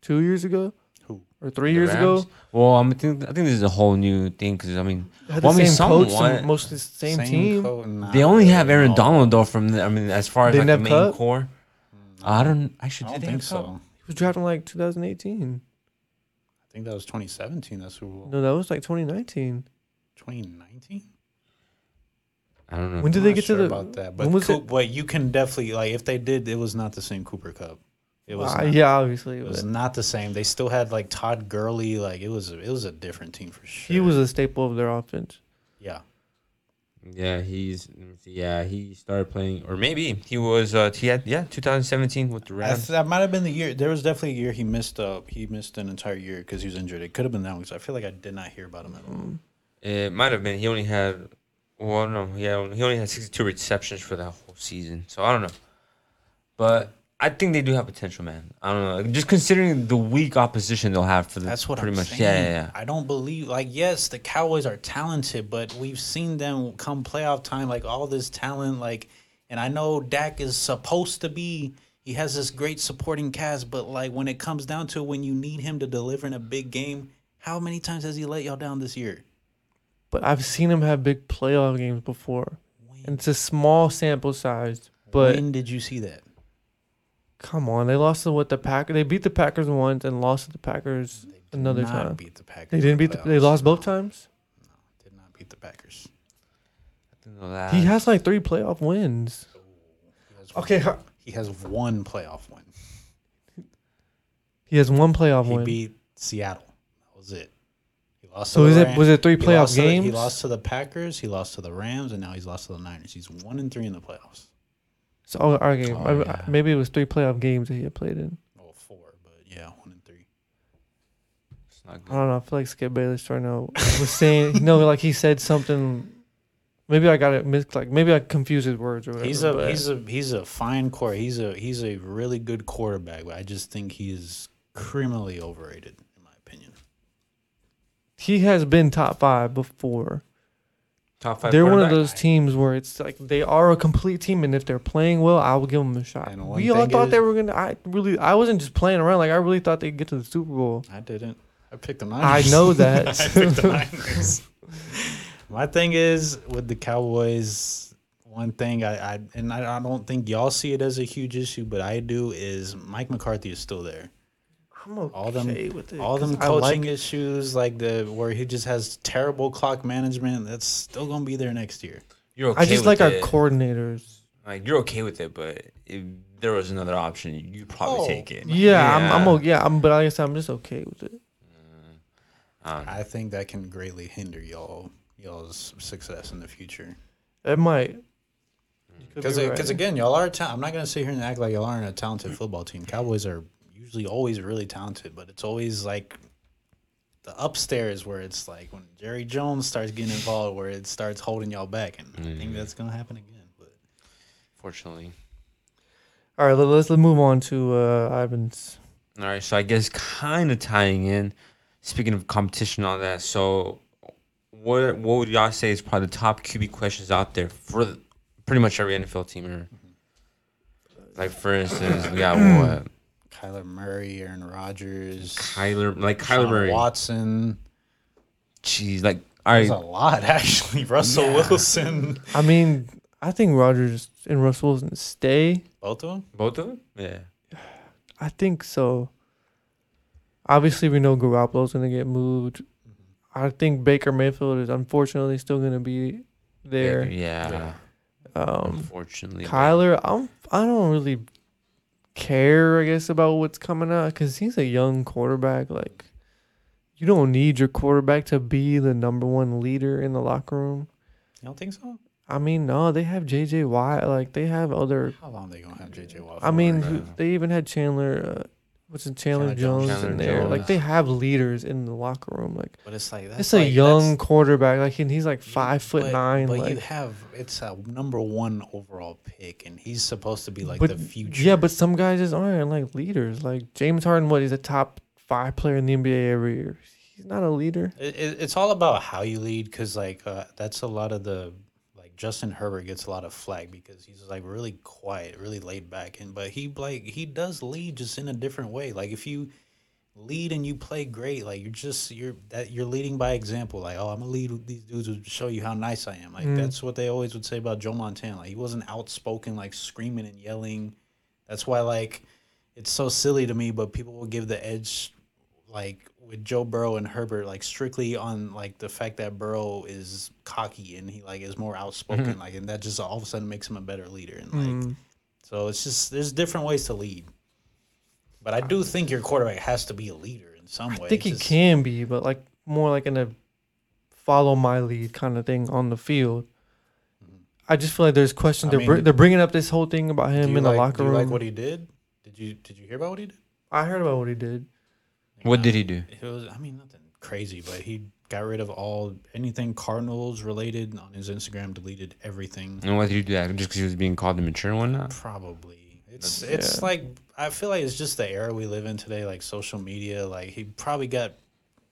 A: two years ago
B: Who?
A: or three
C: The
A: years
C: Rams?
A: ago?
C: Well, I'm think, I think this is a whole new thing because I mean,
A: Had
C: well, I
A: the
C: mean,
A: same coach,
C: somewhat-
A: some, most of the same, team.
B: co- nah,
C: They only have Aaron
B: no.
C: Donald though. From the, I mean, as far as
A: They
C: like the
A: didn't
C: main
A: have Cup?
C: core, I don't. Actually,
B: I
C: did
B: don't
C: they
B: think
C: have Cup?
B: so.
A: He was drafted in like 2018.
B: I think that was 2017. That's Super Bowl.
A: No, that was like 2019.
B: 2019.
C: I don't
B: Hmm,
C: know.
A: When did they get to the?
B: about that? But
A: when was
B: Coop,
A: it?
B: but you can definitely like if they did, it was not the same Cooper Cup. It was
A: Ah,
B: not.
A: yeah, obviously.
B: It
A: but
B: was not the same. They still had like Todd Gurley. Like it was it was a different team for sure.
A: He was a staple of their offense.
B: yeah.
C: Yeah, he's let me see, yeah he started playing, or maybe he was uh he had yeah 2017 with the
B: I th-
C: Rams.
B: that might have been the year. There was definitely a year he missed up. He missed an entire year because he was injured. It could have been that one. 'cause I feel like I did not hear about him at all.
C: It might have been he only had well no yeah he only had 62 receptions for that whole season. So I don't know, but I think they do have potential, man. I don't know, like, just considering the weak opposition they'll have for the
B: That's what
C: pretty
B: I'm
C: much
B: saying.
C: yeah yeah yeah.
B: I don't believe like yes, the Cowboys are talented, but we've seen them come playoff time like all this talent like and I know Dak is supposed to be he has this great supporting cast, but like when it comes down to when you need him to deliver in a big game, how many times has he let y'all down this year?
A: But I've seen him have big playoff games before. And it's a small sample size. But
B: when did you see that?
A: come on, they lost to what the Packers. They beat the Packers once and lost to the Packers another
B: Not
A: time.
B: beat the Packers.
A: They didn't
B: in
A: beat. The, they
B: playoffs.
A: lost both times.
B: Did not beat the Packers.
C: I think they'll have-
A: He has like three playoff wins. Okay, huh.
B: He has one playoff win.
A: He has one playoff
B: He
A: win.
B: beat Seattle. That was it. He lost.
A: So
B: to
A: is
B: the
A: it-
B: Ram-
A: was it three
B: he
A: playoff
B: lost to the- he
A: games?
B: lost to the Packers. He lost to the Rams, and now he's lost to the Niners. He's one and three in the playoffs.
A: so our, our game.
B: Oh,
A: I- I-
B: yeah.
A: Maybe it was three playoff games that he had played in.
B: Well, four, but yeah, one and three.
C: It's not
A: I
C: good.
A: don't know. I feel like Skip Bayless trying to was saying no, like he said something. Maybe I got it mixed. Like maybe I confused his words or whatever.
B: He's a
A: but-
B: he's a he's a fine core. He's a he's a really good quarterback, but I just think he is criminally overrated in my opinion.
A: he has been top five before.
C: Top five.
A: they're one of
C: quarterback.
A: those teams where it's like they are a complete team, and if they're playing well, I will give them a shot.
B: And one
A: We all
B: thing
A: thought they
B: is-
A: were gonna. I really, I wasn't just playing around. Like I really thought they'd get to the Super Bowl.
B: I didn't. I picked the
A: I
B: Niners.
A: know that.
B: My thing is with the Cowboys, one thing I, I and I, I don't think y'all see it as a huge issue, but I do is Mike McCarthy is still there.
A: I'm okay
B: All them,
A: with it.
B: all them
A: 'cause I like
B: coaching
A: it.
B: issues, like the where he just has terrible clock management, that's still gonna be there next year.
C: You're okay
A: I just
C: with
A: like our
C: it.
A: coordinators.
C: Like you're okay with it, but if there was another option, you'd probably
B: Oh,
C: take it.
A: Yeah, I'm, I'm okay. Yeah, I'm, but like I said, I'm just okay with it.
B: I think that can greatly hinder y'all y'all's success in the future.
A: It might. You could
B: Because
A: be right.
B: again, y'all are. Ta- I'm not gonna sit here and act like y'all aren't a talented football team. Cowboys are usually always really talented, but it's always like the upstairs where it's like when Jerry Jones starts getting involved, where it starts holding y'all back, and I think that's gonna happen again. But
C: Fortunately.
A: all right, let, let's let's move on to uh, Ivan's.
C: All right, so I guess kind of tying in. Speaking of competition, and all that. So, what what would y'all say is probably the top QB questions out there for the- pretty much every NFL team? Or like for instance, we got what
B: Kyler Murray, Aaron Rodgers,
C: Kyler, like Kyler
B: Deshaun
C: Murray.
B: Watson.
C: Jeez, like all
B: There's a
C: right,
B: lot actually. Russell Wilson,
A: I mean, I think Rogers and Russell Wilson stay.
B: both of them.
C: both of them. Yeah,
A: I think so. Obviously, we know Garoppolo's going to get moved. I think Baker Mayfield is unfortunately still going to be there.
C: Yeah,
A: Um,
C: unfortunately, but-
A: Kyler, I'm I don't really care, I guess, about what's coming out because he's a young quarterback. Like, you don't need your quarterback to be the number one leader in the locker room.
B: You don't think so?
A: I mean, no, they have J.J. Watt. Like, they have other.
B: How long they gonna have JJ Watt?
A: I
B: for?
A: mean, who, they even had Chandler. Uh, what's it, Chandler,
B: Chandler
A: Jones,
B: Jones.
A: in
C: Chandler
A: there? Like,
C: Jones.
A: they have leaders in the locker room. Like,
B: but it's like that's
A: it's a
B: like-
A: young
B: that's-
A: quarterback. Like, and he's like
B: You-
A: five foot
B: but-
A: nine.
B: But
A: like,
B: you have it's a number one overall pick, and he's supposed to be like the future.
A: Yeah, but some guys just aren't like leaders. Like James Harden, what he's a top five player in the NBA every year. He's not a leader.
B: it, it- it's all about how you lead, because like uh, that's a lot of the like Justin Herbert gets a lot of flack because he's like really quiet, really laid back, and but he like he does lead just in a different way. Like if you lead and you play great, like you're just you're that you're leading by example. Like oh, I'm gonna lead with these dudes to show you how nice I am. Like that's what they always would say about Joe Montana. Like he wasn't outspoken, like screaming and yelling. That's why like it's so silly to me, but people will give the edge like with Joe Burrow and Herbert, like strictly on like the fact that Burrow is cocky and he like is more outspoken,
A: Mm-hmm.
B: like, and that just all of a sudden makes him a better leader. And like,
A: Mm.
B: so it's just there's different ways to lead, but I do think your quarterback has to be a leader in some way.
A: I think he
B: It's just-
A: can be, but like more like in a follow my lead kind of thing on the field. I just feel like there's questions.
B: Mm-hmm. I
A: They're, br-
B: mean,
A: they're bringing up this whole thing about
B: Do
A: him
B: you
A: in the
B: like,
A: locker
B: do you
A: room.
B: like what he did? Did you did you hear about what he did?
A: I heard about what he did.
C: What did he do?
B: It was I mean nothing crazy, but he got rid of all anything Cardinals related on his Instagram, deleted everything.
C: And why did he do that? Just because he was being called immature and whatnot?
B: Probably. It's it's like I feel like it's just the era we live in today, like social media. Like he probably got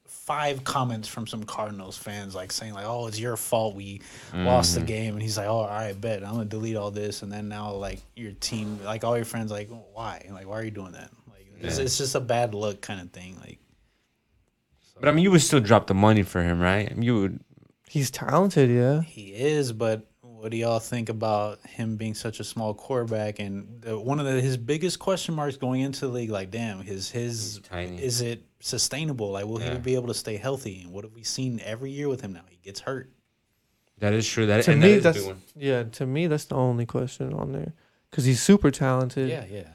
B: five comments from some Cardinals fans, like saying like, "Oh, it's your fault we lost the game," and he's like, "Oh, all right, bet I'm gonna delete all this," and then now like your team, like all your friends, like, "Why? Like, why are you doing that?" Like it's, it's just a bad look kind of thing. Like
C: But I mean, you would still drop the money for him, right? You would.
A: He's talented, yeah.
B: He is, but what do y'all think about him being such a small quarterback? And the, one of the, his biggest question marks going into the league, like, damn, his his
C: tiny.
B: is it sustainable? Like, will he be able to stay healthy? And what have we seen every year with him now? He gets hurt.
C: That is true. That
A: To
C: and
A: me,
C: that is a
A: that's
C: big one.
A: yeah. To me, that's the only question on there because he's super talented.
B: yeah.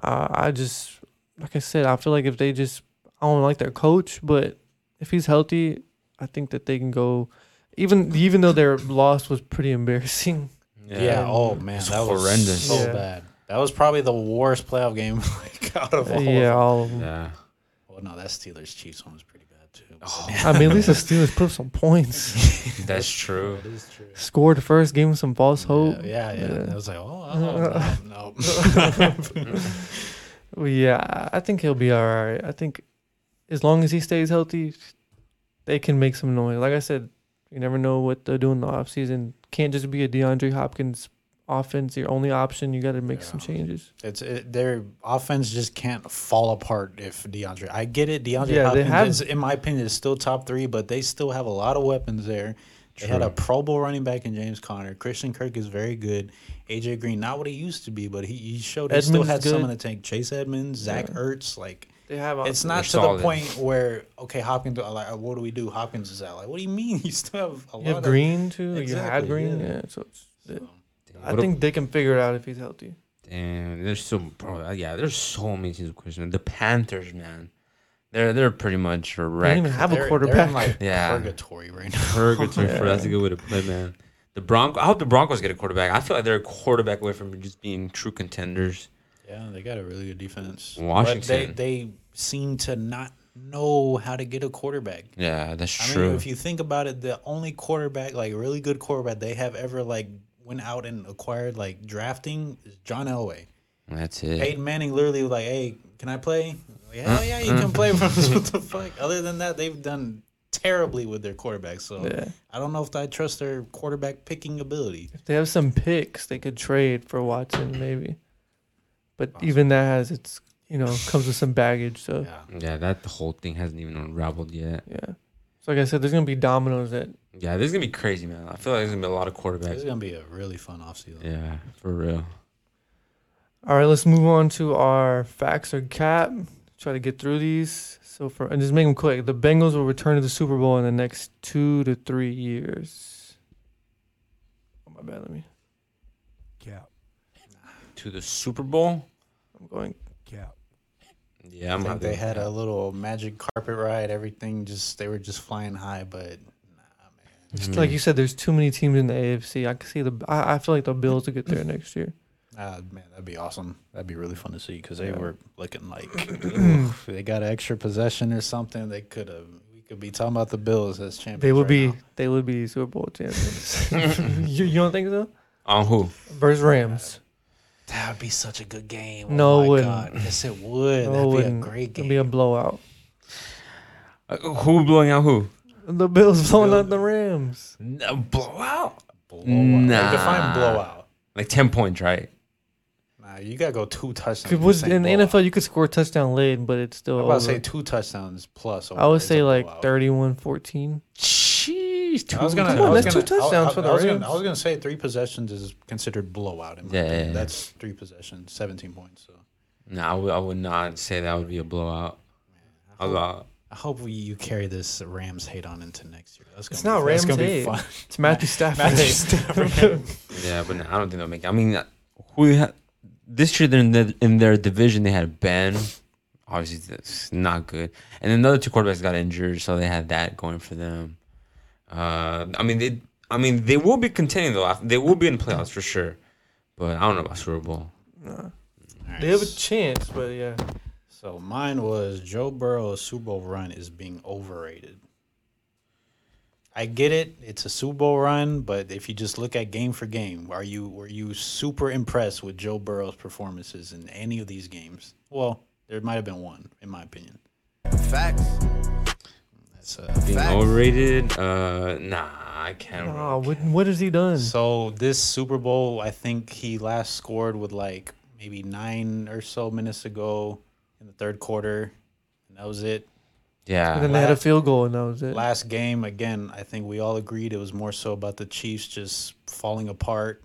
A: Uh, I just like I said, I feel like if they just I don't like their coach, but if he's healthy, I think that they can go. Even even though their loss was pretty embarrassing,
B: Yeah. Oh man,
C: It's
B: that was
C: horrendous.
B: So
A: Yeah.
B: bad. That was probably the worst playoff game like out of all. of
A: yeah,
B: them.
A: all of them.
C: Yeah.
B: Well, no, that Steelers Chiefs one was pretty bad too.
C: Oh.
A: I mean, at least the Steelers put up some points,
C: That's true.
B: That is true.
A: scored first, gave them some false hope.
B: Yeah, yeah, yeah. I was like, oh, oh no, no.
A: Well, yeah, I- I think he'll be all right. I think as long as he stays healthy, they can make some noise. Like I said, you never know what they're doing in the offseason. Can't just be a DeAndre Hopkins offense, your only option. You got to make some changes.
B: It's it, their offense just can't fall apart if DeAndre. I get it. DeAndre
A: Yeah, they
B: Hopkins,
A: have-
B: is, in my opinion, is still top three, but they still have a lot of weapons there. They had a Pro Bowl running back in James Conner. Christian Kirk is very good. AJ Green, not what he used to be, but he, he showed he still
A: Edmonds
B: had
A: good.
B: some in the tank. Chase Edmonds, Zach Ertz, like
A: They have
B: it's not to
C: solid.
B: the point where okay, Hopkins. uh, Like, what do we do? Hopkins is out. Like, what do you mean? You still have a
A: You
B: lot
A: have
B: of
A: Green too. you had
B: Exactly,
A: Green. Yeah.
B: yeah.
A: so it's, I
C: What a-
A: think they can figure it out if he's healthy.
C: Damn, there's so bro, uh, yeah, there's so many teams with question. The Panthers, man, they're they're pretty much a
A: They
C: wreck.
A: don't even have a
B: They're- They're in
A: quarterback.
B: like
C: Yeah.
B: purgatory right now.
C: purgatory for that's a good way to put it, man. The Bronco, I hope the Broncos get a quarterback. I feel like they're a quarterback away from just being true contenders.
B: Yeah, they got a really good defense.
C: Washington.
B: But they, they seem to not know how to get a quarterback.
C: Yeah, that's
B: I
C: true.
B: mean, if you think about it, the only quarterback, like really good quarterback they have ever like went out and acquired like drafting is John Elway.
C: that's it.
B: Peyton Manning literally was like, Hey, can I play? Like, Hell yeah, you
C: Mm-hmm.
B: can play for us. what the fuck? Other than that, they've done terribly with their quarterback. So
A: Yeah.
B: I don't know if I trust their quarterback picking ability.
A: If they have some picks, they could trade for Watson maybe. But even that has its you know comes with some baggage. So.
B: Yeah.
C: Yeah, that whole thing hasn't even unraveled yet.
A: Yeah. So like I said, there's gonna be dominoes that
C: Yeah, this is gonna be crazy, man. I feel like there's gonna be a lot of
B: This is
C: quarterbacks.
B: gonna be a really fun offseason.
C: Yeah, for real.
A: all right, let's move on to our facts or cap. Try to get through these. So for and just make them quick. The Bengals will return to the Super Bowl in the next two to three years. Oh my bad, let me
F: Cap.
C: To the Super Bowl.
A: I'm going
F: Cap.
C: Yeah, I'm
B: I think
C: happy.
B: they had a little magic carpet ride. Everything just they were just flying high, but
A: just
B: Mm-hmm.
A: like you said, there's too many teams in the AFC. I can see the I, I feel like the Bills will get there next year.
B: uh, man, that'd be awesome. That'd be really fun to see because they were looking like oof, they got an extra possession or something. They could have. We could be talking about the Bills as champions.
A: They will
B: right
A: be
B: now.
A: they will be Super Bowl champions. you, you don't think so?
C: On who?
A: Versus Rams.
B: That would be such a good game.
A: No, it
B: oh my
A: wouldn't.
B: God. Yes, it would.
A: No,
B: That'd be
A: wouldn't.
B: a great
A: Oh, It'll
B: game.
A: be a blowout.
C: Uh, who blowing out who?
A: The Bills blowing out the Rams.
C: No, blowout.
B: blowout.
C: Nah.
B: Like, define blowout.
C: Like ten points, right?
B: Nah, you gotta go two touchdowns.
A: It
B: to
A: was
B: say
A: in the
B: blowout.
A: NFL you could score a touchdown late, but it's still.
B: I'm about to
A: over.
B: say two touchdowns plus.
A: I
B: over
A: would
B: is
A: say
B: a
A: like
B: blowout.
A: 31-14.
C: Jeez, two
B: I was gonna.
A: Come on,
B: I was
A: that's
B: gonna,
A: two touchdowns
B: I, I,
A: for the
B: I was
A: Rams.
B: gonna, I was gonna say three possessions is considered blowout. In my
C: Yeah,
B: opinion.
C: yeah, yeah.
B: that's three possessions, seventeen points. So
C: No, I would, I would not say that would be a blowout. A lot.
B: I hope we, you carry this Rams hate on into next year. That's gonna
A: It's
B: be,
A: not
B: that's
A: Rams
B: gonna
A: hate.
B: Be fun.
A: It's Matthew Stafford.
B: Matthew Stafford.
C: Yeah, but no, I don't think they'll make. It. I mean, uh, who they had, this year they're in, the, in their division they had Ben, obviously that's not good, and then the other two quarterbacks got injured, so they had that going for them. Uh, I mean they, I mean they will be contending though. I- They will be in playoffs for sure, but I don't know about Super Bowl.
B: All
A: they have a
B: right.
A: chance, but yeah.
B: So mine was Joe Burrow's Super Bowl run is being overrated. I get it; it's a Super Bowl run, but if you just look at game for game, are you were you super impressed with Joe Burrow's performances in any of these games? Well, there might have been one, in my opinion.
D: Facts.
B: That's uh,
C: Being
D: Facts.
C: overrated? Uh, nah, I can't.
A: Oh, what, what has he done?
B: so this Super Bowl, I think he last scored with like maybe nine or so minutes ago in the third quarter, and that was it.
C: yeah,
A: and then they had a
B: last-
A: field goal, and that was it.
B: Last game, again, I think we all agreed it was more so about the Chiefs just falling apart.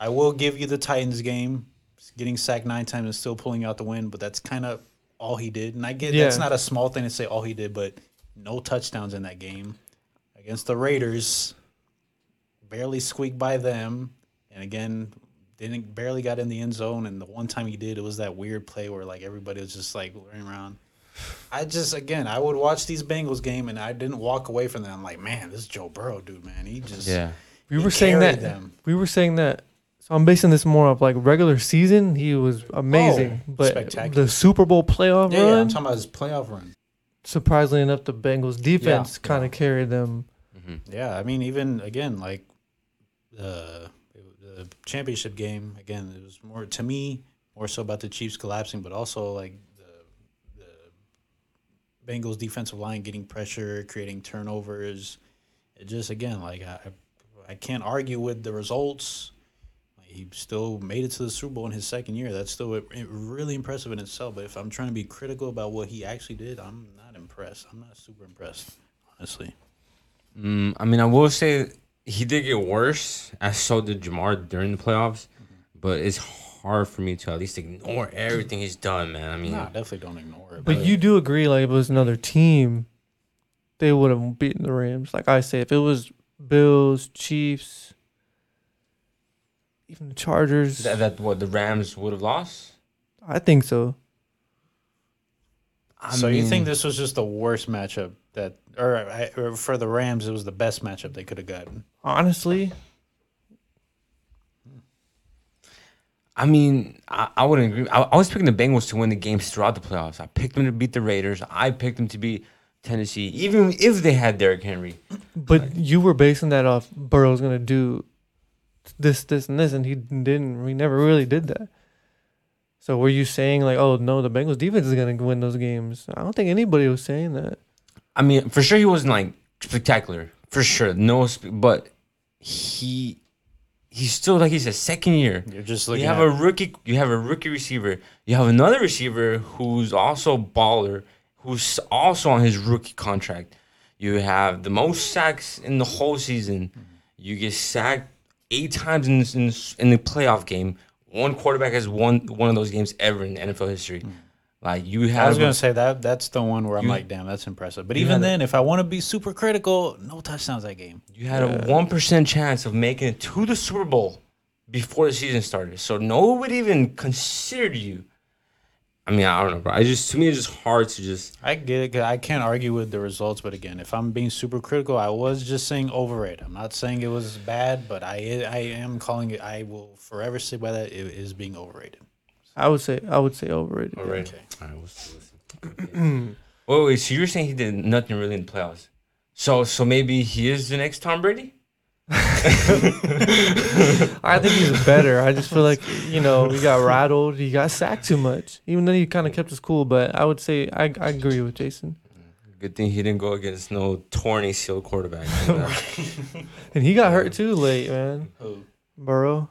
B: I will give you the Titans game, getting sacked nine times and still pulling out the win, but that's kind of all he did. And I get that's
A: Yeah.
B: not a small thing to say all he did, but no touchdowns in that game against the Raiders, barely squeaked by them, and again. Didn't barely got in the end zone, and the one time he did, it was that weird play where like everybody was just like running around. I just again, I would watch these Bengals game and I didn't walk away from them. I'm like, man, this Joe Burrow dude, man, he just
C: yeah.
A: we
B: he
A: were saying
B: carried
A: that.
B: them.
A: We were saying that. So I'm basing this more off like regular season. He was amazing, but
B: Oh, spectacular.
A: the Super Bowl playoff
B: Yeah, yeah, I'm
A: run,
B: talking about his playoff run.
A: surprisingly enough, the Bengals defense kind of carried them.
B: Yeah, I mean, even again, like uh, it- the championship game again, it was more to me more so about the Chiefs collapsing, but also like the, the Bengals defensive line getting pressure, creating turnovers. It just again, like I, I can't argue with the results. Like, He still made it to the Super Bowl in his second year. That's still i- i- really impressive in itself. But if I'm trying to be critical about what he actually did, I'm not impressed. I'm not super impressed, honestly.
C: Mm, I mean, I will say he did get worse, as so did Jamar during the playoffs. But it's hard for me to at least ignore everything he's done, man. I mean,
B: No, definitely don't ignore it.
A: But you do agree, like if it was another team, they would have beaten the Rams. Like I say, if it was Bills, Chiefs, even the Chargers,
C: that, that what the Rams would have lost.
A: I think so.
C: I
B: so you
C: mean,
B: think this was just the worst matchup that, or, I- or for the Rams, it was the best matchup they could have gotten.
A: Honestly,
C: I mean, I, I wouldn't agree. I, I was picking the Bengals to win the games throughout the playoffs. I picked them to beat the Raiders. I picked them to beat Tennessee, even if they had Derrick Henry.
A: but you were basing that off Burrow's gonna do this, this, and this, and he didn't. We never really did that. So were you saying like, oh no, the Bengals defense is gonna win those games? I don't think anybody was saying that.
C: I mean, for sure he wasn't like spectacular. For sure, no, sp- but he he's still like he's a second year.
B: You're just looking
C: You have
B: at-
C: a rookie. You have a rookie receiver. You have another receiver who's also a baller, who's also on his rookie contract. You have the most sacks in the whole season. You get sacked eight times in in, in the playoff game. One quarterback has won one of those games ever in NFL history. Like you have.
B: Mm. I was gonna say that that's the one where I'm like, damn, that's impressive. But even
C: had a-
B: then, if I want to be super critical, no touchdowns that game.
C: You had a one percent chance of making it to the Super Bowl before the season started, so nobody even considered you. I mean, I don't know, bro. I just to me, it's just hard to just.
B: I get it. 'cause I can't argue with the results, but again, if I'm being super critical, I was just saying over it. I'm not saying it was bad, but I I am calling it. I will forever sit by that. It is being overrated.
A: I would say I would say overrated.
C: All right, all right. We'll still listen. wait, wait. So you're saying he did nothing really in the playoffs? So, so maybe he is the next Tom Brady?
A: I think he's better. I just feel like you know he got rattled. He got sacked too much, even though he kind of kept his cool. But I would say I, I agree with Jason,
C: Good thing he didn't go against no torn ACL quarterback.
A: and he got hurt too late, man.
B: Who?
A: Burrow,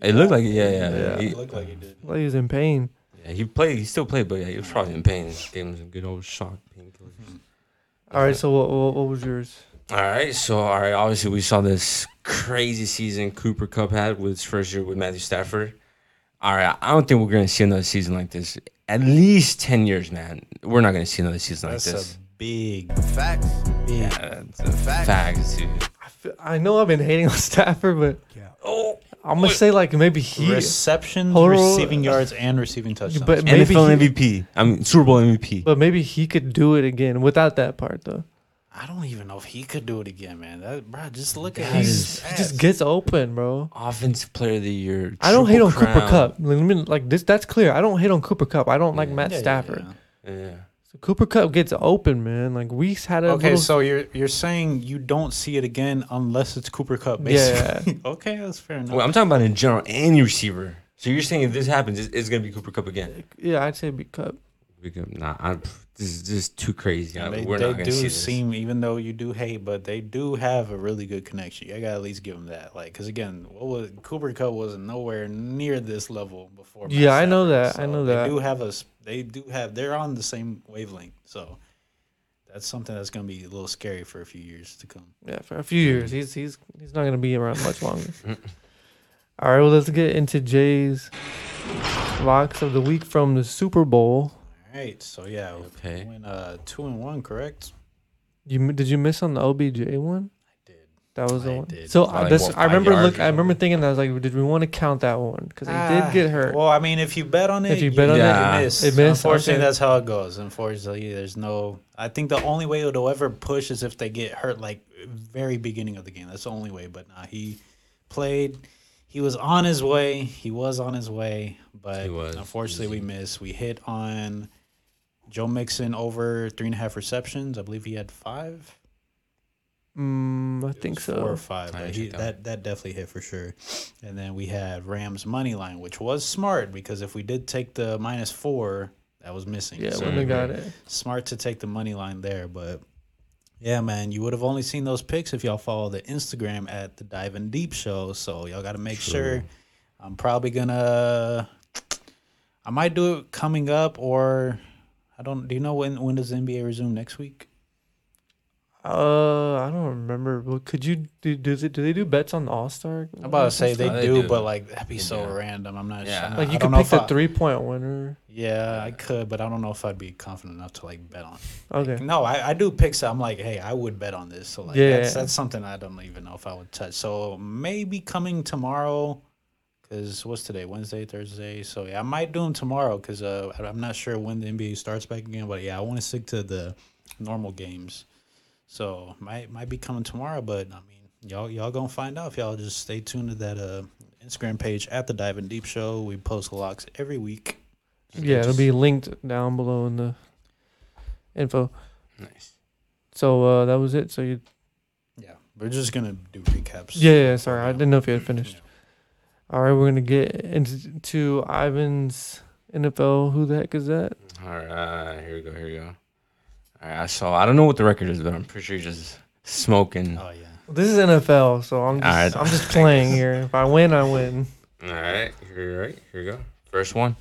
C: it looked like, yeah, yeah. He,
B: looked like he did.
A: like he was in pain.
C: yeah, he played. He still played, but yeah, he was probably in pain. Gave him some good old shock painkillers.
A: All right, so what, what, what was yours?
C: All right, so all right, obviously we saw this crazy season Cooper Cup had with his first year with Matthew Stafford. all right, I don't think we're gonna see another season like this. At least ten years, man. We're not gonna see another season
B: That's
C: like
B: a
C: this.
B: big,
F: Facts.
B: big.
C: That's a fact, dude.
A: I feel- I know I've been hating on Stafford, but
C: Oh,
A: I'm gonna say like maybe he.
B: Receptions,
A: Hold on.
B: receiving yards, and receiving touchdowns.
A: But maybe
C: NFL
A: he,
C: MVP. I mean Super Bowl MVP.
A: but maybe he could do it again without that part though.
B: I don't even know if he could do it again, man. That bro, just look at
C: That
B: his.
C: is-
A: He just gets open, bro.
C: Offensive Player of the Year.
A: I don't hate
C: Triple
A: on Cooper
C: Crown.
A: Cup. Like, I mean, like this, that's clear. I don't hate on Cooper Cup. I don't like Matt
B: Yeah, yeah,
A: Stafford.
B: yeah.
C: Yeah.
A: So Cooper Cup gets open, man. Like Weeks had a
B: Okay,
A: little-
B: so you're you're saying you don't see it again unless it's Cooper Cup,
A: Yeah.
B: basically. okay, that's fair enough.
C: Well, I'm talking about in general, any receiver. So you're saying if this happens, it's, it's gonna be Cooper Cup again?
A: yeah, I'd say be Cup.
C: We can, nah, I, this is just too crazy. I-
B: they
C: We're
B: they
C: not gonna
B: do
C: see this.
B: seem, even though you do hate, but they do have a really good connection. I gotta at least give them that, like, because again, what was Cooper Cup was nowhere near this level before. Matt
A: Yeah, I know
B: Stafford,
A: that, I know
B: They
A: that.
B: do have a. s- They do have. They're on the same wavelength, so that's something that's gonna be a little scary for a few years to come.
A: Yeah, for a few
B: Mm-hmm.
A: years. He's he's he's not gonna be around much longer. All right, well let's get into Jay's locks of the week from the Super Bowl.
B: All right, so yeah,
C: Okay.
B: we went uh, two and one, correct?
A: You m- did you miss on the OBJ one?
B: Did
A: That was the
B: I
A: one.
B: did.
A: So
C: Probably
A: I this
C: walked
A: I
C: five
A: remember
C: yards
A: look.
C: or
A: I remember
C: something.
A: thinking I was like, did we want to count that one? Because he
B: Ah,
A: did get hurt.
B: Well, I mean, if you bet on it,
A: If you bet
C: on it,
B: it,
C: it
B: miss.
A: missed. It missed,
B: Unfortunately,
A: okay.
B: that's how it goes. Unfortunately, there's no. I think the only way it'll ever push is if they get hurt, like very beginning of the game. That's the only way. But nah, he played. He was on his way. He was on his way, but
C: He was.
B: unfortunately, we missed. We hit on Joe Mixon over three and a half receptions. I believe he had five.
A: mm, I think
B: Four
A: so.
B: or five.
C: I
B: but
C: didn't
B: he,
C: check that
B: that that definitely hit for sure. And then we had Rams money line, which was smart because if we did take the minus four, that was missing.
A: Yeah,
B: So
A: wouldn't have got it.
B: smart to take the money line there, but yeah, man, you would have only seen those picks if y'all follow the Instagram at the Dive and Deep Show. So y'all got to make sure. I'm probably gonna. I might do it coming up, or I don't. Do you know when when does the NBA resume next week?
A: Uh, I don't remember. Well, could you do? Does it? Do they do bets on All Star?
B: I'm about to say they,
C: They
B: do,
C: do.
B: but like that'd be so
C: do.
B: random. I'm not
C: Yeah.
B: sure.
A: Like
B: I
A: you
B: don't
A: could
B: know
A: pick
B: if
A: the
B: I-
A: three point winner.
B: Yeah, I could, but I don't know if I'd be confident enough to like bet on. it.
A: Okay.
B: No, I, I do picks. that I'm like, hey, I would bet on this. So like,
A: Yeah.
B: that's that's something I don't even know if I would touch. So maybe coming tomorrow, because what's today? Wednesday, Thursday. So yeah, I might do them tomorrow because uh, I- I'm not sure when the NBA starts back again. But yeah, I want to stick to the normal games. So might might be coming tomorrow, but I mean, y'all y'all gonna find out if y'all just stay tuned to that uh Instagram page at the Diving Deep Show. We post locks every week.
A: Yeah, it'll be linked down below in the info.
C: Nice.
A: So uh, that was it. So you.
B: Yeah, we're just gonna do recaps.
A: Yeah, yeah. Sorry, I didn't know if you had
B: Yeah.
A: finished. All right, we're gonna get into Ivan's NFL. Who the heck is that?
C: All right, here we go. Here we go. All right, I saw. I don't know what the record is, but I'm pretty sure he's just smoking.
B: Oh yeah.
A: This is NFL, so I'm
C: All right.
A: just, I'm just playing here. If I win, I win.
C: All right, here, right, here we go. First one.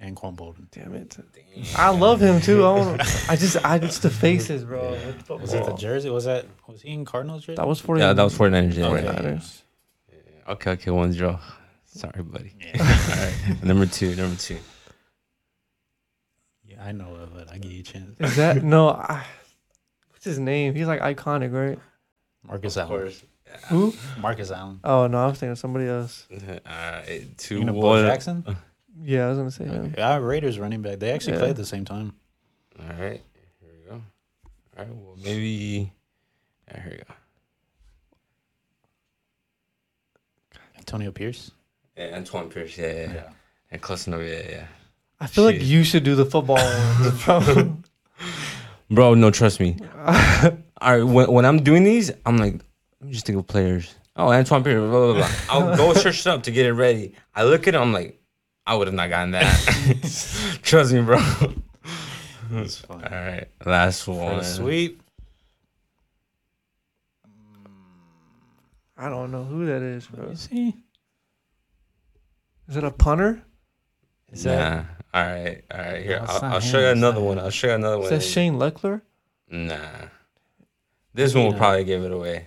B: And Quan Bolden.
A: Damn it! I love him too. I, wanna, I just I just the faces, bro. with
B: Was it the
A: football.
B: jersey? Was that was he in Cardinals jersey?
A: that was forty.
C: Yeah, that was 49ers. Yeah,
A: Okay.
C: right. Okay, okay, one zero. Sorry, buddy.
B: Yeah.
C: All right, number two, number two.
B: yeah, I know of it. I give you a chance.
A: Is that no? I, what's his name? He's like iconic, right?
B: Marcus Allen.
A: Who?
B: Marcus Allen.
A: Oh no, I was thinking of somebody else.
C: All right,
B: You
C: two,
B: know Bo
C: one.
B: Jackson?
A: Yeah, I was gonna say him.
B: Yeah, Raiders running back. They actually
A: Yeah.
B: played at the same time.
C: All right, here we go. All right, well, maybe. All right, here we go.
B: Antonio Pierce.
C: Yeah, Antoine Pierce. Yeah, yeah, yeah. yeah close enough. Yeah, yeah.
A: I feel like
C: Shit.
A: you should do the football one, bro.
C: Bro, no, trust me. All right, when, when I'm doing these, I'm like, let me just think of players. Oh, Antoine Pierce, blah, blah, blah. I'll go search it up to get it ready. I look at it, I'm like, I would have not gotten that. trust me, bro. All
B: That's fine.
C: right, last
B: For
C: one.
B: the sweep.
A: I don't know who that is, bro.
B: You see?
A: Is it a punter?
B: Is that
C: Nah. All right, all right. Here,
B: No, it's
C: I'll,
B: not
C: I'll show
B: him,
C: you
B: it's
C: another
B: not
C: one.
B: him.
C: I'll show you another
A: Is
C: one.
A: that Shane Leckler?
C: Nah. This one will
B: Yeah.
C: probably give it away.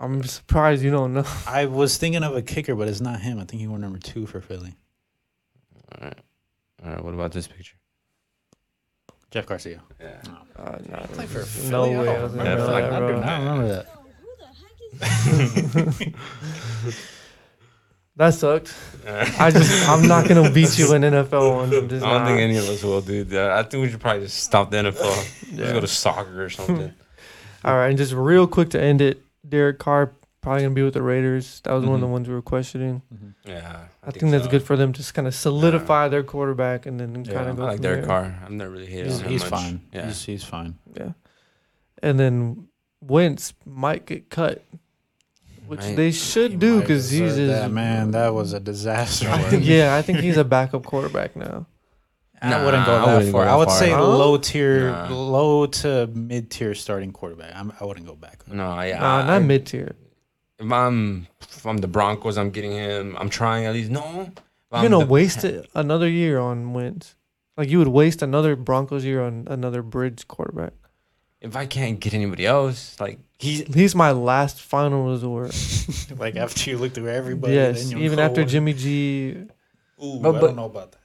A: I'm I'm surprised you don't know.
B: I was thinking of a kicker, but it's not him. I think he wore number two for Philly.
C: All right, what about this picture?
B: Jeff Garcia.
A: Uh, nah,
B: Played for
A: no
B: Philly? I
A: way. I
B: don't
A: was
B: remember
A: gonna know
C: that.
A: that,
B: I do
A: bro.
B: not remember that.
F: Who the heck is that?
A: That sucked. I just I'm not gonna beat you in NFL ones. I'm just
C: I don't
A: not.
C: think any of us will, dude. Uh, I think we should probably just stop the NFL. Let's go to soccer or something.
A: All right, and just real quick to end it, Derek Carr probably gonna be with the Raiders. That was one of
C: Mm-hmm.
A: the ones we were questioning.
C: yeah,
A: I, think, that's
C: so.
A: good for them to kind of solidify their quarterback and then kind
B: Yeah,
A: of
C: I
A: go.
C: like
A: from
C: Derek
A: there.
C: Carr. I'm not really hating
B: He's,
C: on him
B: he's
C: much.
B: fine.
C: Yeah.
B: He's, he's fine.
A: Yeah, and then Wentz might get cut, which
C: Might-
A: they should do
B: might
A: because he's
B: deserve that.
A: just-
B: man, that was a disaster.
A: I think, yeah, I think he's a backup quarterback now.
B: I
C: Nah,
B: wouldn't go
C: I
B: that
C: wouldn't go
B: far.
C: that
B: I would
C: far.
B: say
A: Huh?
B: low tier,
C: Nah.
B: low to mid tier starting quarterback. I'm, I wouldn't go back.
C: No, yeah.
A: Nah,
C: I-
A: not mid tier.
C: If I'm from the Broncos, I'm getting him. I'm trying at least. No, If
A: You're
C: I'm
A: gonna
C: the-
A: waste it another year on Wentz. Like you would waste another Broncos year on another bridge quarterback.
C: If I can't get anybody else, like he's
A: He's my last final resort.
B: like after you look through everybody,
A: yes,
B: then you
A: even
B: go
A: after
B: with-
A: Jimmy G.
B: Ooh, I
C: But- but-
B: don't know about that.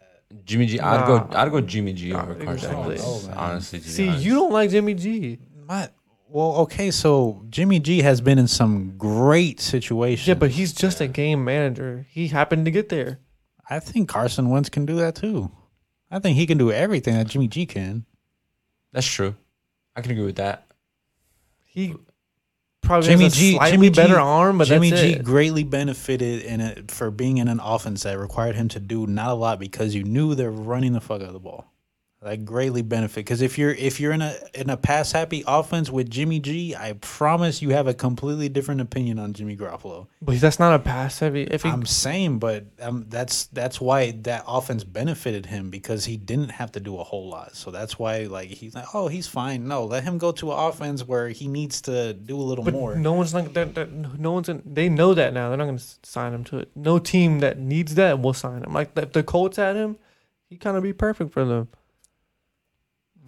C: Jimmy G. would go.
A: Nah.
C: I'd go Jimmy G over
A: Nah,
C: Carson
A: exactly. Oh,
B: I don't
C: Wentz,
B: know, man.
C: Honestly, to be
A: See,
C: honest.
A: you don't like Jimmy G.
B: My, well, okay, so Jimmy G has been in some great situations.
A: Yeah, but he's just a game manager. He happened to get there.
B: I think Carson Wentz can do that too. I think he can do everything that Jimmy G can.
C: That's true. I can agree with that.
A: He probably
B: Jimmy
A: has a
B: G,
A: slightly
B: Jimmy G-
A: better arm, but
B: Jimmy
A: that's
B: G
A: it.
B: greatly benefited in it for being in an offense that required him to do not a lot because you knew they're running the fuck out of the ball. Like greatly benefit because if you're if you're in a in a pass happy offense with Jimmy G, I promise you have a completely different opinion on Jimmy Garoppolo.
A: But that's not a pass heavy. If he,
B: I'm saying, but um, that's that's why that offense benefited him because he didn't have to do a whole lot. So that's why like he's like, oh, he's fine. No, let him go to an offense where he needs to do a little
A: but
B: more.
A: no one's not. That, that, no one's. In, they know that now. They're not going to sign him to it. No team that needs that will sign him. Like if the Colts had him, he kind of be perfect for them.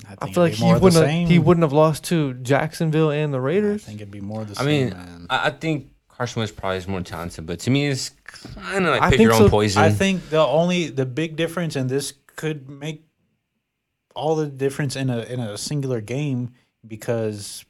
A: I
B: think
A: feel like
B: it'd be
A: he
B: more of the
A: wouldn't. Have, he
B: same.
A: wouldn't have lost to Jacksonville and the
B: I
A: Raiders.
B: think it'd be more the
C: I
B: same.
C: mean,
B: man.
C: I, I think Carson Wentz probably is more talented, but to me, it's kind of like
A: I
C: pick
A: think
C: your own
A: so.
C: poison.
B: I think the only the big difference, and this could make all the difference in a in a singular game because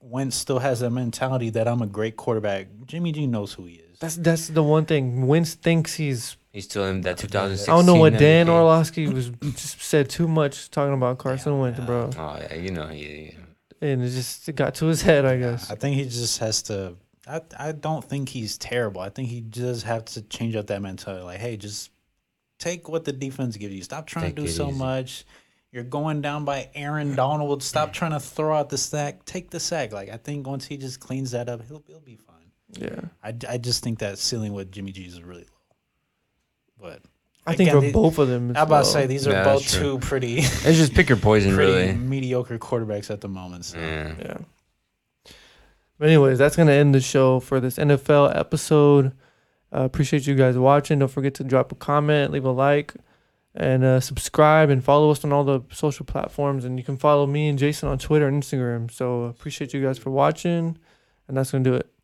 B: Wentz still has that mentality that I'm a great quarterback. Jimmy G knows who he is.
A: That's that's the one thing. Wentz thinks he's.
C: he's still in that 2016.
A: I don't know what Dan
C: MVP.
A: Orlovsky was just said too much talking about Carson Wentz, bro,
C: Oh yeah, you know he.
A: and it just it got to his head, I guess.
B: I think he just has to. I, I don't think he's terrible. I think he does have to change up that mentality. Like, hey, just take what the defense gives you. Stop trying
C: Take
B: to do
C: it
B: so
C: easy.
B: much. You're going down by Aaron Donald. Stop trying to throw out the sack. Take the sack. Like, I think once he just cleans that up, he'll, he'll be fine.
A: Yeah,
B: I, I just think that ceiling with Jimmy G is really low. But
A: I think
B: Again,
A: for
B: the-
A: both of them.
B: I'm about to say these are
C: Yeah,
B: both
C: that's true.
B: two pretty,
C: It's just pick your poison,
B: pretty
C: really.
B: mediocre quarterbacks at the moment. So.
C: Yeah.
A: Yeah. But anyways, that's gonna end the show for this NFL episode. Uh, appreciate you guys watching. Don't forget to drop a comment, leave a like, and uh, subscribe and follow us on all the social platforms. And you can follow me and Jason on Twitter and Instagram. So appreciate you guys for watching, and that's gonna do it.